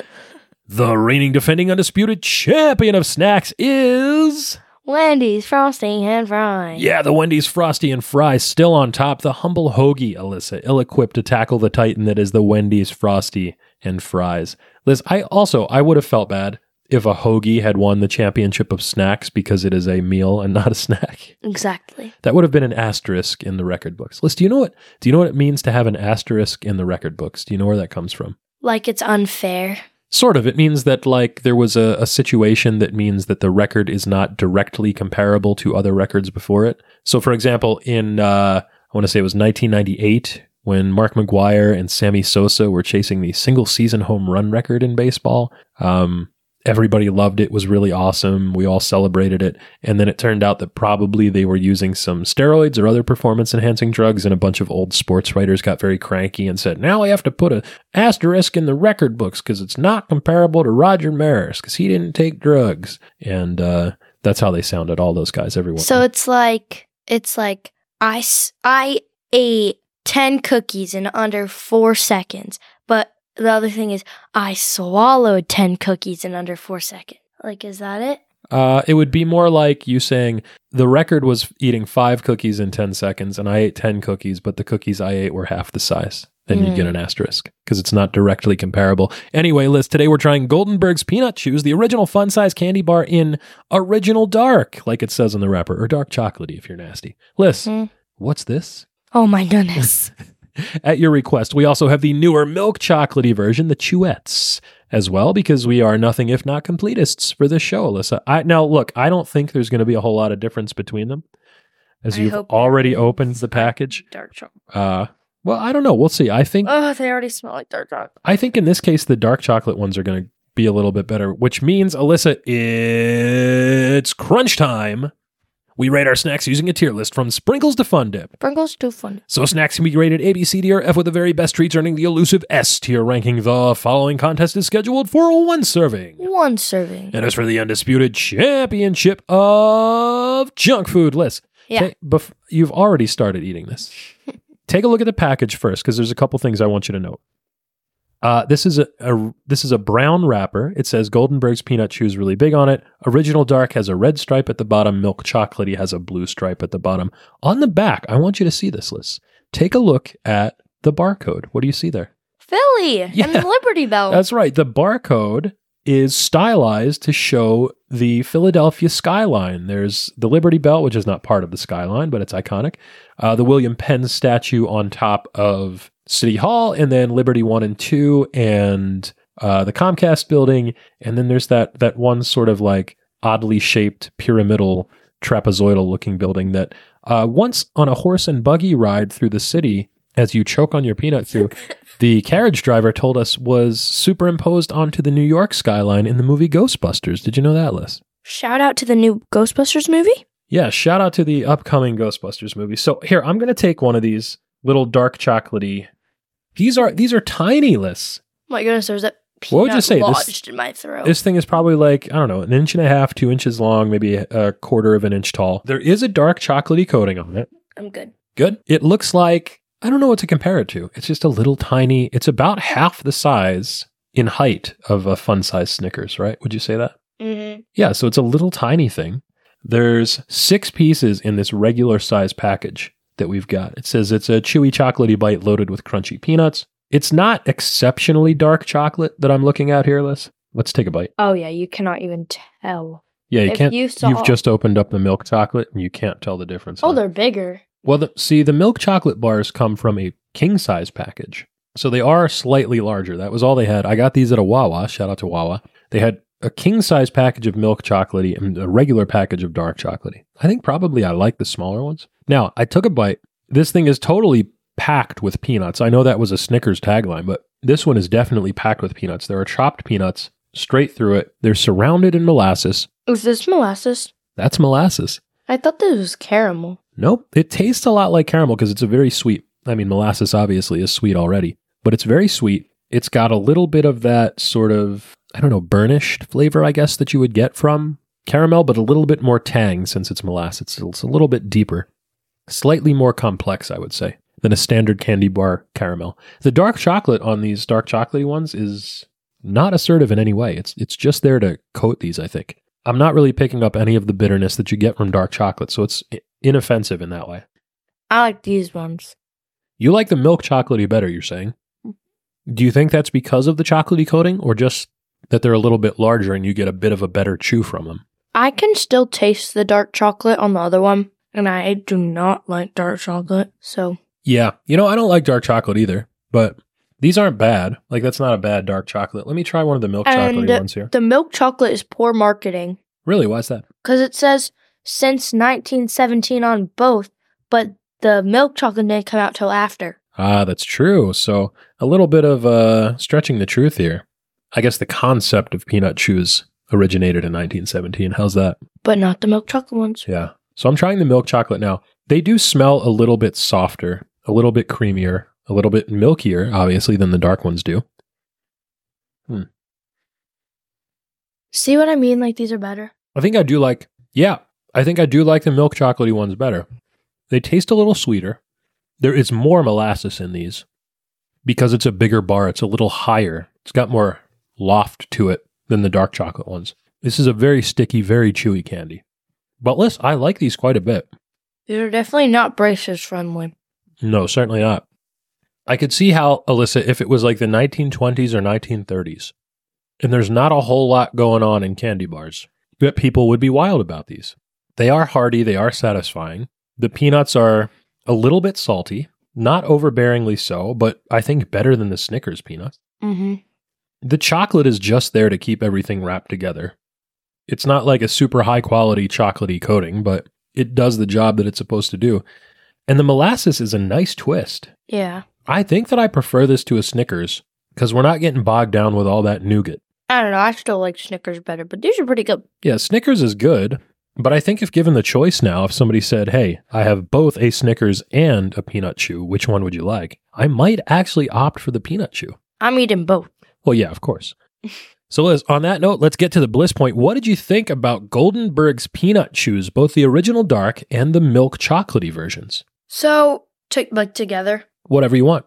[SPEAKER 1] The reigning defending undisputed champion of snacks is.
[SPEAKER 2] Wendy's frosting and fries.
[SPEAKER 1] Yeah, the Wendy's Frosty and Fry still on top. The humble hoagie, Alyssa, ill equipped to tackle the titan that is the Wendy's Frosty and Fries. Liz, I also I would have felt bad if a hoagie had won the championship of snacks because it is a meal and [LAUGHS] not a snack.
[SPEAKER 2] Exactly.
[SPEAKER 1] That would have been an asterisk in the record books. Liz, do you know what do you know what it means to have an asterisk in the record books? Do you know where that comes from?
[SPEAKER 2] Like it's unfair.
[SPEAKER 1] Sort of. It means that like there was a, a situation that means that the record is not directly comparable to other records before it. So, for example, in uh, I want to say it was 1998 when Mark McGuire and Sammy Sosa were chasing the single season home run record in baseball. Um, everybody loved it. Was really awesome. We all celebrated it. And then it turned out that probably they were using some steroids or other performance enhancing drugs, and a bunch of old sports writers got very cranky and said, "Now I have to put a asterisk in the record books because it's not comparable to Roger Maris because he didn't take drugs." And uh, that's how they sounded. All those guys, everyone.
[SPEAKER 2] So it's like it's like I s- I ate 10 cookies in under 4 seconds. But the other thing is I swallowed 10 cookies in under 4 seconds. Like is that it?
[SPEAKER 1] Uh, it would be more like you saying the record was eating five cookies in 10 seconds and I ate 10 cookies, but the cookies I ate were half the size. Then you'd get an asterisk because it's not directly comparable. Anyway, Liz, today we're trying Goldenberg's Peanut Chews, the original fun size candy bar in original dark, like it says on the wrapper, or dark chocolatey if you're nasty. Liz,
[SPEAKER 2] Hmm.
[SPEAKER 1] what's this?
[SPEAKER 2] Oh
[SPEAKER 1] [LAUGHS]
[SPEAKER 2] my goodness.
[SPEAKER 1] At your request, we also have the newer milk chocolatey version, the Chewettes, as well, because we are nothing if not completists for this show, Alyssa. I, now, look, I don't think there's going to be a whole lot of difference between them, as
[SPEAKER 2] I
[SPEAKER 1] you've
[SPEAKER 2] hope
[SPEAKER 1] already
[SPEAKER 2] not.
[SPEAKER 1] opened the package.
[SPEAKER 2] dark chocolate.
[SPEAKER 1] Uh, well, I don't know. We'll see. I think
[SPEAKER 2] Oh, they already smell like dark chocolate.
[SPEAKER 1] I think in this case the dark chocolate ones are going to be a little bit better, which means Alyssa, it's crunch time. We rate our snacks using a tier list from sprinkles to fun dip.
[SPEAKER 2] Pringles too fun.
[SPEAKER 1] So snacks can be graded A, B, C, D, or F with the very best treats earning the elusive S tier ranking. The following contest is scheduled for one serving.
[SPEAKER 2] One serving.
[SPEAKER 1] And as for the undisputed championship of junk food list.
[SPEAKER 2] Yeah.
[SPEAKER 1] bef- you've already started eating this. Take a look at the package first, because there's a couple things I want you to note. Uh, this is a, a this is a brown wrapper. It says Goldenberg's peanut chews really big on it. Original dark has a red stripe at the bottom. Milk chocolatey has a blue stripe at the bottom. On the back, I want you to see this list. Take a look at the barcode. What do you see there? [LAUGHS]
[SPEAKER 2] Philly
[SPEAKER 1] Yeah.
[SPEAKER 2] and Liberty Bell.
[SPEAKER 1] That's right. The barcode is stylized to show the Philadelphia skyline. There's the Liberty Bell, which is not part of the skyline, but it's iconic. Uh, the William Penn statue on top of City Hall, and then Liberty One and Two, and uh, the Comcast building, and then there's that that one sort of like oddly shaped pyramidal trapezoidal looking building that uh, once on a horse and buggy ride through the city, as you choke on your peanut through, the carriage driver told us was superimposed onto the New York skyline in the movie Ghostbusters. Did you know that, Liz?
[SPEAKER 2] Shout out to the new Ghostbusters movie.
[SPEAKER 1] Yeah, shout out to the upcoming Ghostbusters movie. So here, I'm going to take one of these little dark chocolatey. These are these are tiny lists.
[SPEAKER 2] My goodness, there's a peanut
[SPEAKER 1] What would you say? This-
[SPEAKER 2] lodged in my throat.
[SPEAKER 1] This thing is probably like, I don't know, an inch and a half, two inches long, maybe a quarter of an inch tall. There is a dark chocolatey coating on it.
[SPEAKER 2] I'm good.
[SPEAKER 1] Good. It looks like, I don't know what to compare it to. It's just a little tiny, it's about half the size in height of a fun size Snickers, right? Would you say that?
[SPEAKER 2] Mm-hmm.
[SPEAKER 1] Yeah, so it's a little tiny thing. There's six pieces in this regular size package that we've got. It says it's a chewy chocolatey bite loaded with crunchy peanuts. It's not exceptionally dark chocolate that I'm looking at here, Liz. Let's take a bite.
[SPEAKER 2] Oh yeah, you cannot even tell.
[SPEAKER 1] Yeah, you
[SPEAKER 2] if
[SPEAKER 1] can't.
[SPEAKER 2] you
[SPEAKER 1] You
[SPEAKER 2] saw,
[SPEAKER 1] have just opened up the milk chocolate, and you can't tell the difference.
[SPEAKER 2] oh,
[SPEAKER 1] huh?
[SPEAKER 2] they're bigger.
[SPEAKER 1] Well, the, see, the milk chocolate bars come from a king size package. So they are slightly larger. That was all they had. I got these at a Wawa. Shout out to Wawa. They had a king size package of milk chocolatey and a regular package of dark chocolatey. I think probably I like the smaller ones. Now, I took a bite. This thing is totally packed with peanuts. I know that was a Snickers tagline, but this one is definitely packed with peanuts. There are chopped peanuts straight through it. They're surrounded in molasses.
[SPEAKER 2] Is this molasses?
[SPEAKER 1] That's molasses.
[SPEAKER 2] I thought this was caramel.
[SPEAKER 1] Nope. It tastes a lot like caramel because it's a very sweet. I mean, molasses obviously is sweet already, but it's very sweet. It's got a little bit of that sort of, I don't know, burnished flavor, I guess, that you would get from caramel, but a little bit more tang since it's molasses. It's, it's a little bit deeper, slightly more complex, I would say, than a standard candy bar caramel. The dark chocolate on these dark chocolatey ones is not assertive in any way. It's, it's just there to coat these, I think. I'm not really picking up any of the bitterness that you get from dark chocolate, so it's i- inoffensive in that way.
[SPEAKER 2] I like these ones.
[SPEAKER 1] You like the milk chocolatey better, you're saying? Do you think that's because of the chocolatey coating or just that they're a little bit larger and you get a bit of a better chew from them?
[SPEAKER 2] I can still taste the dark chocolate on the other one, and I do not like dark chocolate. So
[SPEAKER 1] Yeah. You know, I don't like dark chocolate either, but these aren't bad. Like, that's not a bad dark chocolate. Let me try one of the milk
[SPEAKER 2] And-
[SPEAKER 1] chocolatey ones here.
[SPEAKER 2] the milk chocolate is poor marketing
[SPEAKER 1] Really? Why's that?
[SPEAKER 2] because it says since 1917 on both, but the milk chocolate didn't come out till after.
[SPEAKER 1] Ah, that's true. So a little bit of uh, stretching the truth here. I guess the concept of peanut chews originated in 1917. How's that?
[SPEAKER 2] But not the milk chocolate ones.
[SPEAKER 1] Yeah. So I'm trying the milk chocolate now. They do smell a little bit softer, a little bit creamier, a little bit milkier, obviously, than the dark ones do.
[SPEAKER 2] See what I mean? Like these are better.
[SPEAKER 1] I think I do like, yeah, I think I do like the milk chocolatey ones better. They taste a little sweeter. There is more molasses in these because it's a bigger bar. It's a little higher. It's got more loft to it than the dark chocolate ones. This is a very sticky, very chewy candy. But listen, I like these quite a bit.
[SPEAKER 2] These are definitely not braces friendly.
[SPEAKER 1] No, certainly not. I could see how, Alyssa, if it was like the 1920s or 1930s, and there's not a whole lot going on in candy bars, that people would be wild about these. They are hearty, they are satisfying. The peanuts are a little bit salty, not overbearingly so, but I think better than the Snickers peanuts.
[SPEAKER 2] Mm-hmm.
[SPEAKER 1] The chocolate is just there to keep everything wrapped together. It's not like a super high quality chocolatey coating, but it does the job that it's supposed to do. And the molasses is a nice twist.
[SPEAKER 2] Yeah.
[SPEAKER 1] I think that I prefer this to a Snickers because we're not getting bogged down with all that nougat.
[SPEAKER 2] I don't know. I still like Snickers better, but these are pretty good.
[SPEAKER 1] Yeah, Snickers is good, but I think if given the choice now, if somebody said, hey, I have both a Snickers and a peanut chew, which one would you like? I might actually opt for the peanut chew.
[SPEAKER 2] I'm eating both.
[SPEAKER 1] Well, yeah, of course. so, Liz, on that note, let's get to the bliss point. What did you think about Goldenberg's peanut chews, both the original dark and the milk chocolatey versions?
[SPEAKER 2] So, to, like together,
[SPEAKER 1] Whatever you want.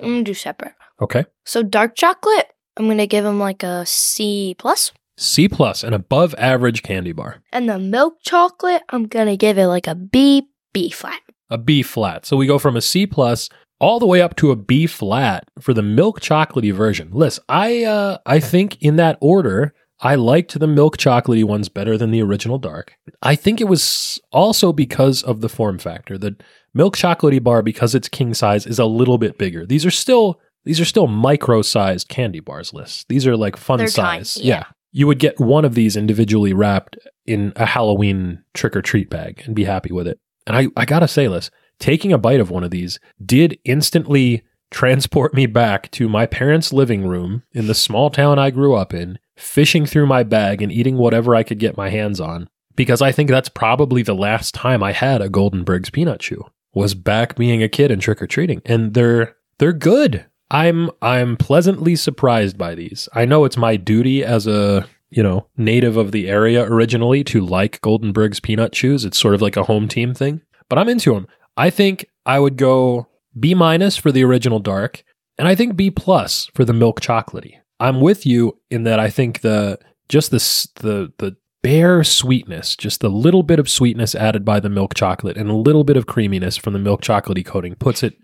[SPEAKER 2] I'm gonna do separate.
[SPEAKER 1] Okay.
[SPEAKER 2] So dark chocolate, I'm gonna give them like a C plus,
[SPEAKER 1] C plus, an above average candy bar.
[SPEAKER 2] and the milk chocolate, I'm gonna give it like a B, B flat.
[SPEAKER 1] a B flat. So we go from a C plus all the way up to a B flat for the milk chocolatey version. Liz, I uh, I think in that order, I liked the milk chocolatey ones better than the original dark. I think it was also because of the form factor. The milk chocolatey bar, because it's king size, is a little bit bigger. These are still these are still micro sized candy bars. Liz, these are like fun
[SPEAKER 2] They're
[SPEAKER 1] size.
[SPEAKER 2] tiny, yeah.
[SPEAKER 1] yeah. you would get one of these individually wrapped in a Halloween trick or treat bag and be happy with it. And I, I gotta say this taking a bite of one of these did instantly transport me back to my parents' living room in the small town I grew up in, fishing through my bag and eating whatever I could get my hands on, because I think that's probably the last time I had a Golden Briggs peanut chew was back being a kid and trick or treating. And they're they're good. I'm I'm pleasantly surprised by these. I know it's my duty as a you know native of the area originally to like Golden Briggs peanut chews. It's sort of like a home team thing, but I'm into them. I think I would go B minus for the original dark, and I think B plus for the milk chocolatey. I'm with you in that I think the just the s- the the bare sweetness, just the little bit of sweetness added by the milk chocolate and a little bit of creaminess from the milk chocolatey coating puts it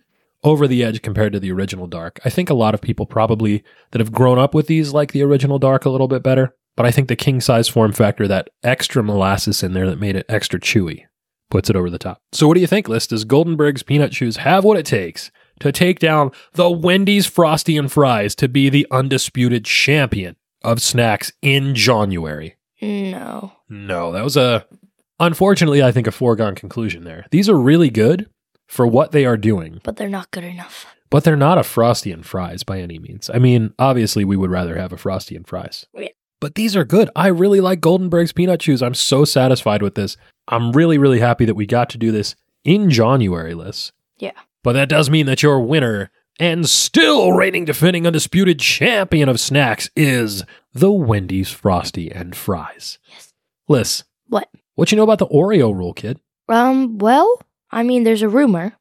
[SPEAKER 1] over the edge compared to the original dark. I think a lot of people probably that have grown up with these like the original dark a little bit better, but I think the king size form factor, that extra molasses in there that made it extra chewy, puts it over the top. So, what do you think, Liz? Does Goldenberg's peanut shoes have what it takes to take down the Wendy's Frosty and Fries to be the undisputed champion of snacks in January?
[SPEAKER 2] No.
[SPEAKER 1] No, that was a unfortunately, I think a foregone conclusion there. These are really good for what they are doing,
[SPEAKER 2] But they're not good enough.
[SPEAKER 1] but they're not a Frosty and Fries by any means. I mean, obviously, we would rather have a Frosty and Fries.
[SPEAKER 2] Oh, Yeah.
[SPEAKER 1] But these are good. I really like Goldenberg's peanut chews. I'm so satisfied with this. I'm really, really happy that we got to do this in January, Liz.
[SPEAKER 2] Yeah.
[SPEAKER 1] But that does mean that your winner and still reigning defending undisputed champion of snacks is the Wendy's Frosty and Fries.
[SPEAKER 2] Yes.
[SPEAKER 1] Liz.
[SPEAKER 2] What?
[SPEAKER 1] What you know about the Oreo rule, kid? [LAUGHS]
[SPEAKER 2] Um, well, I mean, there's a rumor.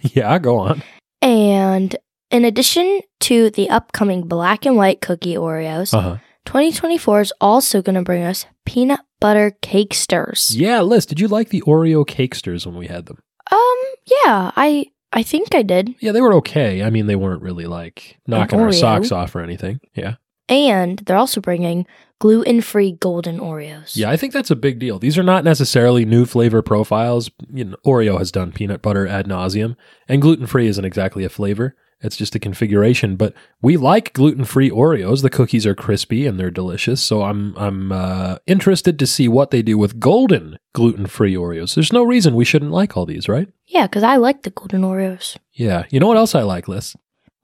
[SPEAKER 1] yeah, go
[SPEAKER 2] [LAUGHS]
[SPEAKER 1] on.
[SPEAKER 2] And in addition to the upcoming black and white cookie Oreos,
[SPEAKER 1] Uh huh.
[SPEAKER 2] 2024 is also going to bring us peanut butter cake stirs.
[SPEAKER 1] Yeah, Liz, did you like the Oreo cakesters when we had them?
[SPEAKER 2] Um, yeah, I I think I did.
[SPEAKER 1] Yeah, they were okay. I mean, they weren't really like knocking our
[SPEAKER 2] Oreo?
[SPEAKER 1] socks off or anything. Yeah.
[SPEAKER 2] And they're also bringing gluten-free golden Oreos.
[SPEAKER 1] Yeah, I think that's a big deal. These are not necessarily new flavor profiles. You know, Oreo has done peanut butter ad nauseum, and gluten free isn't exactly a flavor. It's just a configuration. But we like gluten free Oreos. The cookies are crispy and they're delicious. So I'm I'm uh, interested to see what they do with golden gluten free Oreos. There's no reason we shouldn't like all these, right?
[SPEAKER 2] Yeah, because I like the golden Oreos.
[SPEAKER 1] Yeah. You know what else I like, Liz?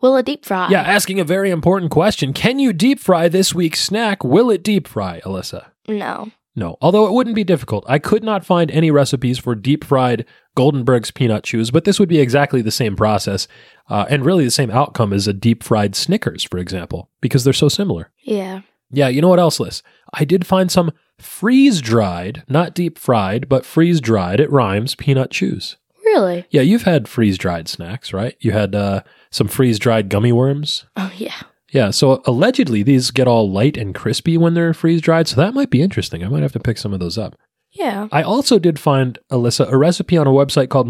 [SPEAKER 2] Will it deep fry?
[SPEAKER 1] Yeah, asking a very important question. Can you deep fry this week's snack? Will it deep fry, Alyssa?
[SPEAKER 2] No.
[SPEAKER 1] No, although it wouldn't be difficult. I could not find any recipes for deep fried Goldenberg's peanut chews, but this would be exactly the same process uh, and really the same outcome as a deep fried Snickers, for example, because they're so similar.
[SPEAKER 2] Yeah.
[SPEAKER 1] Yeah, you know what else, Liz? I did find some freeze dried, not deep fried, but freeze dried, it rhymes, peanut chews.
[SPEAKER 2] Really?
[SPEAKER 1] Yeah, you've had freeze dried snacks, right? You had uh, some freeze dried gummy worms.
[SPEAKER 2] Oh yeah.
[SPEAKER 1] Yeah, so allegedly these get all light and crispy when they're freeze dried, so that might be interesting. I might have to pick some of those up.
[SPEAKER 2] Yeah.
[SPEAKER 1] I also did find, Alyssa, a recipe on a website called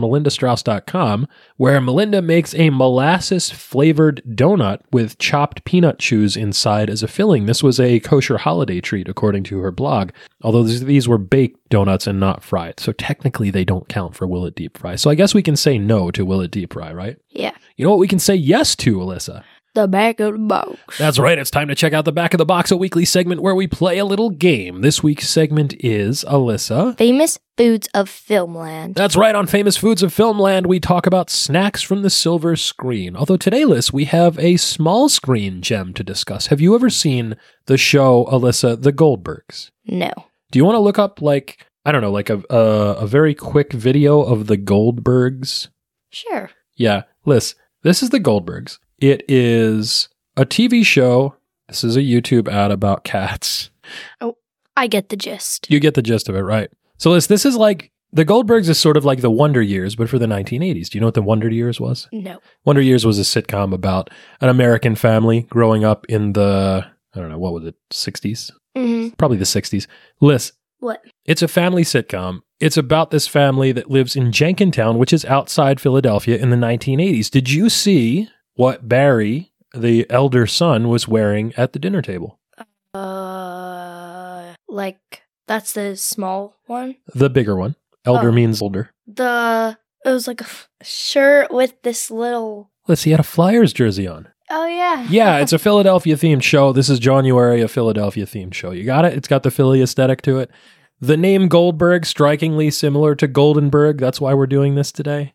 [SPEAKER 1] melindastrauss.com where Melinda makes a molasses flavored donut with chopped peanut chews inside as a filling. This was a kosher holiday treat, according to her blog, although these these were baked donuts and not fried. So technically they don't count for Will It Deep Fry. So I guess we can say no to Will It Deep Fry, right?
[SPEAKER 2] Yeah.
[SPEAKER 1] You know what we can say yes to, Alyssa?
[SPEAKER 2] The back of the box.
[SPEAKER 1] That's right. It's time to check out the back of the box, a weekly segment where we play a little game. This week's segment is Alyssa.
[SPEAKER 2] Famous foods of Filmland.
[SPEAKER 1] That's right. On Famous Foods of Filmland, we talk about snacks from the silver screen. Although today, Liz, we have a small screen gem to discuss. Have you ever seen the show Alyssa, The Goldbergs?
[SPEAKER 2] No.
[SPEAKER 1] Do you want to look up like I don't know, like a a, a very quick video of the Goldbergs?
[SPEAKER 2] Sure.
[SPEAKER 1] Yeah, Liz, this is the Goldbergs. It is a TV show. This is a YouTube ad about cats.
[SPEAKER 2] I get the gist.
[SPEAKER 1] You get the gist of it, right? So, Liz, this is like the Goldbergs is sort of like the Wonder Years, but for the 1980s. Do you know what the Wonder Years was?
[SPEAKER 2] No.
[SPEAKER 1] Wonder Years was a sitcom about an American family growing up in the, I don't know, what was it, 60s?
[SPEAKER 2] Mm-hmm.
[SPEAKER 1] Probably the 60s. Liz,
[SPEAKER 2] What?
[SPEAKER 1] it's a family sitcom. It's about this family that lives in Jenkintown, which is outside Philadelphia in the 1980s. Did you see what Barry, the elder son, was wearing at the dinner table?
[SPEAKER 2] Uh, like that's the small one.
[SPEAKER 1] The bigger one. Elder
[SPEAKER 2] Oh.
[SPEAKER 1] means older.
[SPEAKER 2] The it was like a f- shirt with this little.
[SPEAKER 1] Liz, he had a Flyers jersey on.
[SPEAKER 2] Oh yeah.
[SPEAKER 1] Yeah,
[SPEAKER 2] [LAUGHS]
[SPEAKER 1] it's a Philadelphia themed show. This is January, a Philadelphia themed show. You got it? It's got the Philly aesthetic to it. The name Goldberg, strikingly similar to Goldenberg. That's why we're doing this today.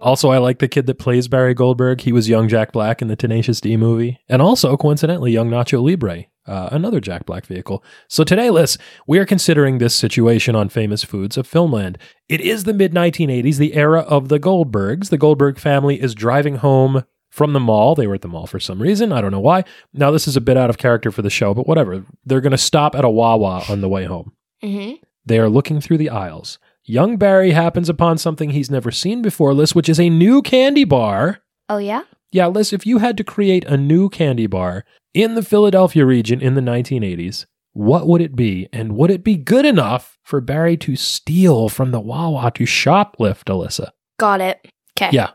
[SPEAKER 1] Also, I like the kid that plays Barry Goldberg. He was young Jack Black in the Tenacious D movie, and also, coincidentally, young Nacho Libre, uh, another Jack Black vehicle. So today, Liz, we are considering this situation on Famous Foods of Filmland. It is the mid 1980s, the era of the Goldbergs. The Goldberg family is driving home from the mall. They were at the mall for some reason. I don't know why. Now, this is a bit out of character for the show, but whatever. They're going to stop at a Wawa on the way home.
[SPEAKER 2] hmm
[SPEAKER 1] They are looking through the aisles. Young Barry happens upon something he's never seen before, Liz, which is a new candy bar.
[SPEAKER 2] Oh yeah.
[SPEAKER 1] Yeah, Liz, if you had to create a new candy bar in the Philadelphia region in the 1980s, what would it be? And would it be good enough for Barry to steal from the Wawa to shoplift, Alyssa?
[SPEAKER 2] Got it. Okay.
[SPEAKER 1] Yeah.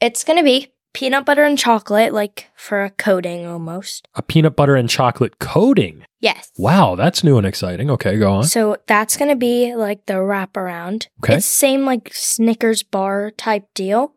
[SPEAKER 2] It's gonna be peanut butter and chocolate, like for a coating almost.
[SPEAKER 1] A peanut butter and chocolate coating.
[SPEAKER 2] Yes.
[SPEAKER 1] Wow, that's new and exciting. Okay, go on.
[SPEAKER 2] So that's gonna be like the wraparound.
[SPEAKER 1] Okay.
[SPEAKER 2] It's same like Snickers bar type deal.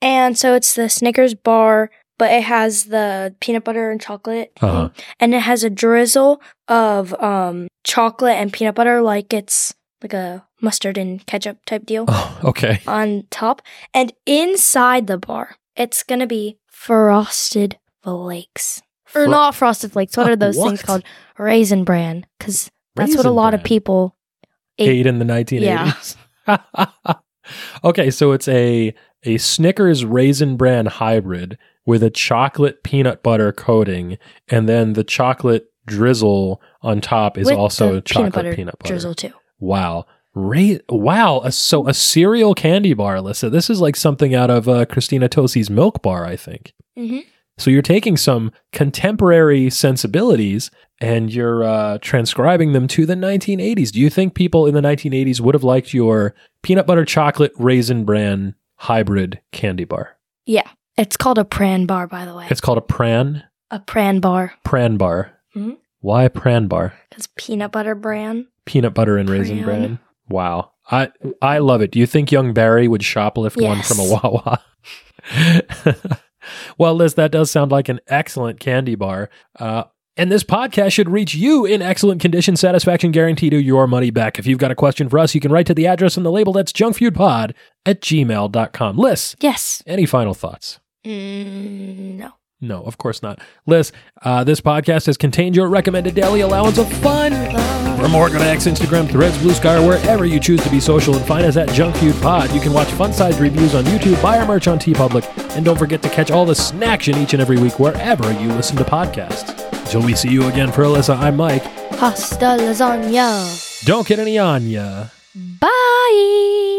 [SPEAKER 2] And so it's the Snickers bar, but it has the peanut butter and chocolate
[SPEAKER 1] Uh-huh.
[SPEAKER 2] thing. and it has a drizzle of um chocolate and peanut butter like it's like a mustard and ketchup type deal
[SPEAKER 1] Oh, okay.
[SPEAKER 2] on top. And inside the bar, it's gonna be frosted flakes. Or
[SPEAKER 1] Fro-
[SPEAKER 2] not frosted flakes. What are those things
[SPEAKER 1] What?
[SPEAKER 2] called? Raisin bran. Because that's what a
[SPEAKER 1] Raisin
[SPEAKER 2] lot of
[SPEAKER 1] Bran.
[SPEAKER 2] people ate.
[SPEAKER 1] Eight in the 1980s. [LAUGHS] okay, so it's a a Snickers raisin bran hybrid with a chocolate peanut butter coating, and then the chocolate drizzle on top is
[SPEAKER 2] With
[SPEAKER 1] also
[SPEAKER 2] the
[SPEAKER 1] chocolate peanut butter.
[SPEAKER 2] drizzle too.
[SPEAKER 1] Wow. Ra- wow. a- so a cereal candy bar, Alyssa. This is like something out of uh, Christina Tosi's milk bar, I think.
[SPEAKER 2] Mhm.
[SPEAKER 1] So you're taking some contemporary sensibilities and you're uh, transcribing them to the 1980s. Do you think people in the 1980s would have liked your peanut butter chocolate raisin bran hybrid candy bar?
[SPEAKER 2] Yeah, it's called a pran bar, by the way.
[SPEAKER 1] It's called a pran
[SPEAKER 2] a pran bar
[SPEAKER 1] pran bar.
[SPEAKER 2] Mhm.
[SPEAKER 1] Why pran bar?
[SPEAKER 2] because peanut butter bran.
[SPEAKER 1] peanut butter and raisin
[SPEAKER 2] Crayon.
[SPEAKER 1] bran. Wow. I I love it. Do you think young Barry would shoplift one
[SPEAKER 2] Yes.
[SPEAKER 1] from a Wawa? [LAUGHS] well, Liz, that does sound like an excellent candy bar. Uh, and this podcast should reach you in excellent condition, satisfaction guaranteed, or your money back. If you've got a question for us, you can write to the address on the label that's junkfoodpod at gmail.com. Liz,
[SPEAKER 2] Yes.
[SPEAKER 1] any final thoughts?
[SPEAKER 2] Mm, no.
[SPEAKER 1] No, of course not. Liz, uh, this podcast has contained your recommended daily allowance of fun. uh, For more, go to X, Instagram, Threads, Blue Sky, or wherever you choose to be social and find us at Junk Food Pod. You can watch fun-sized reviews on YouTube, buy our merch on TeePublic, and don't forget to catch all the snacks in each and every week wherever you listen to podcasts. Until we see you again for Alyssa, I'm Mike.
[SPEAKER 2] Pasta lasagna.
[SPEAKER 1] Don't get any on ya.
[SPEAKER 2] Bye.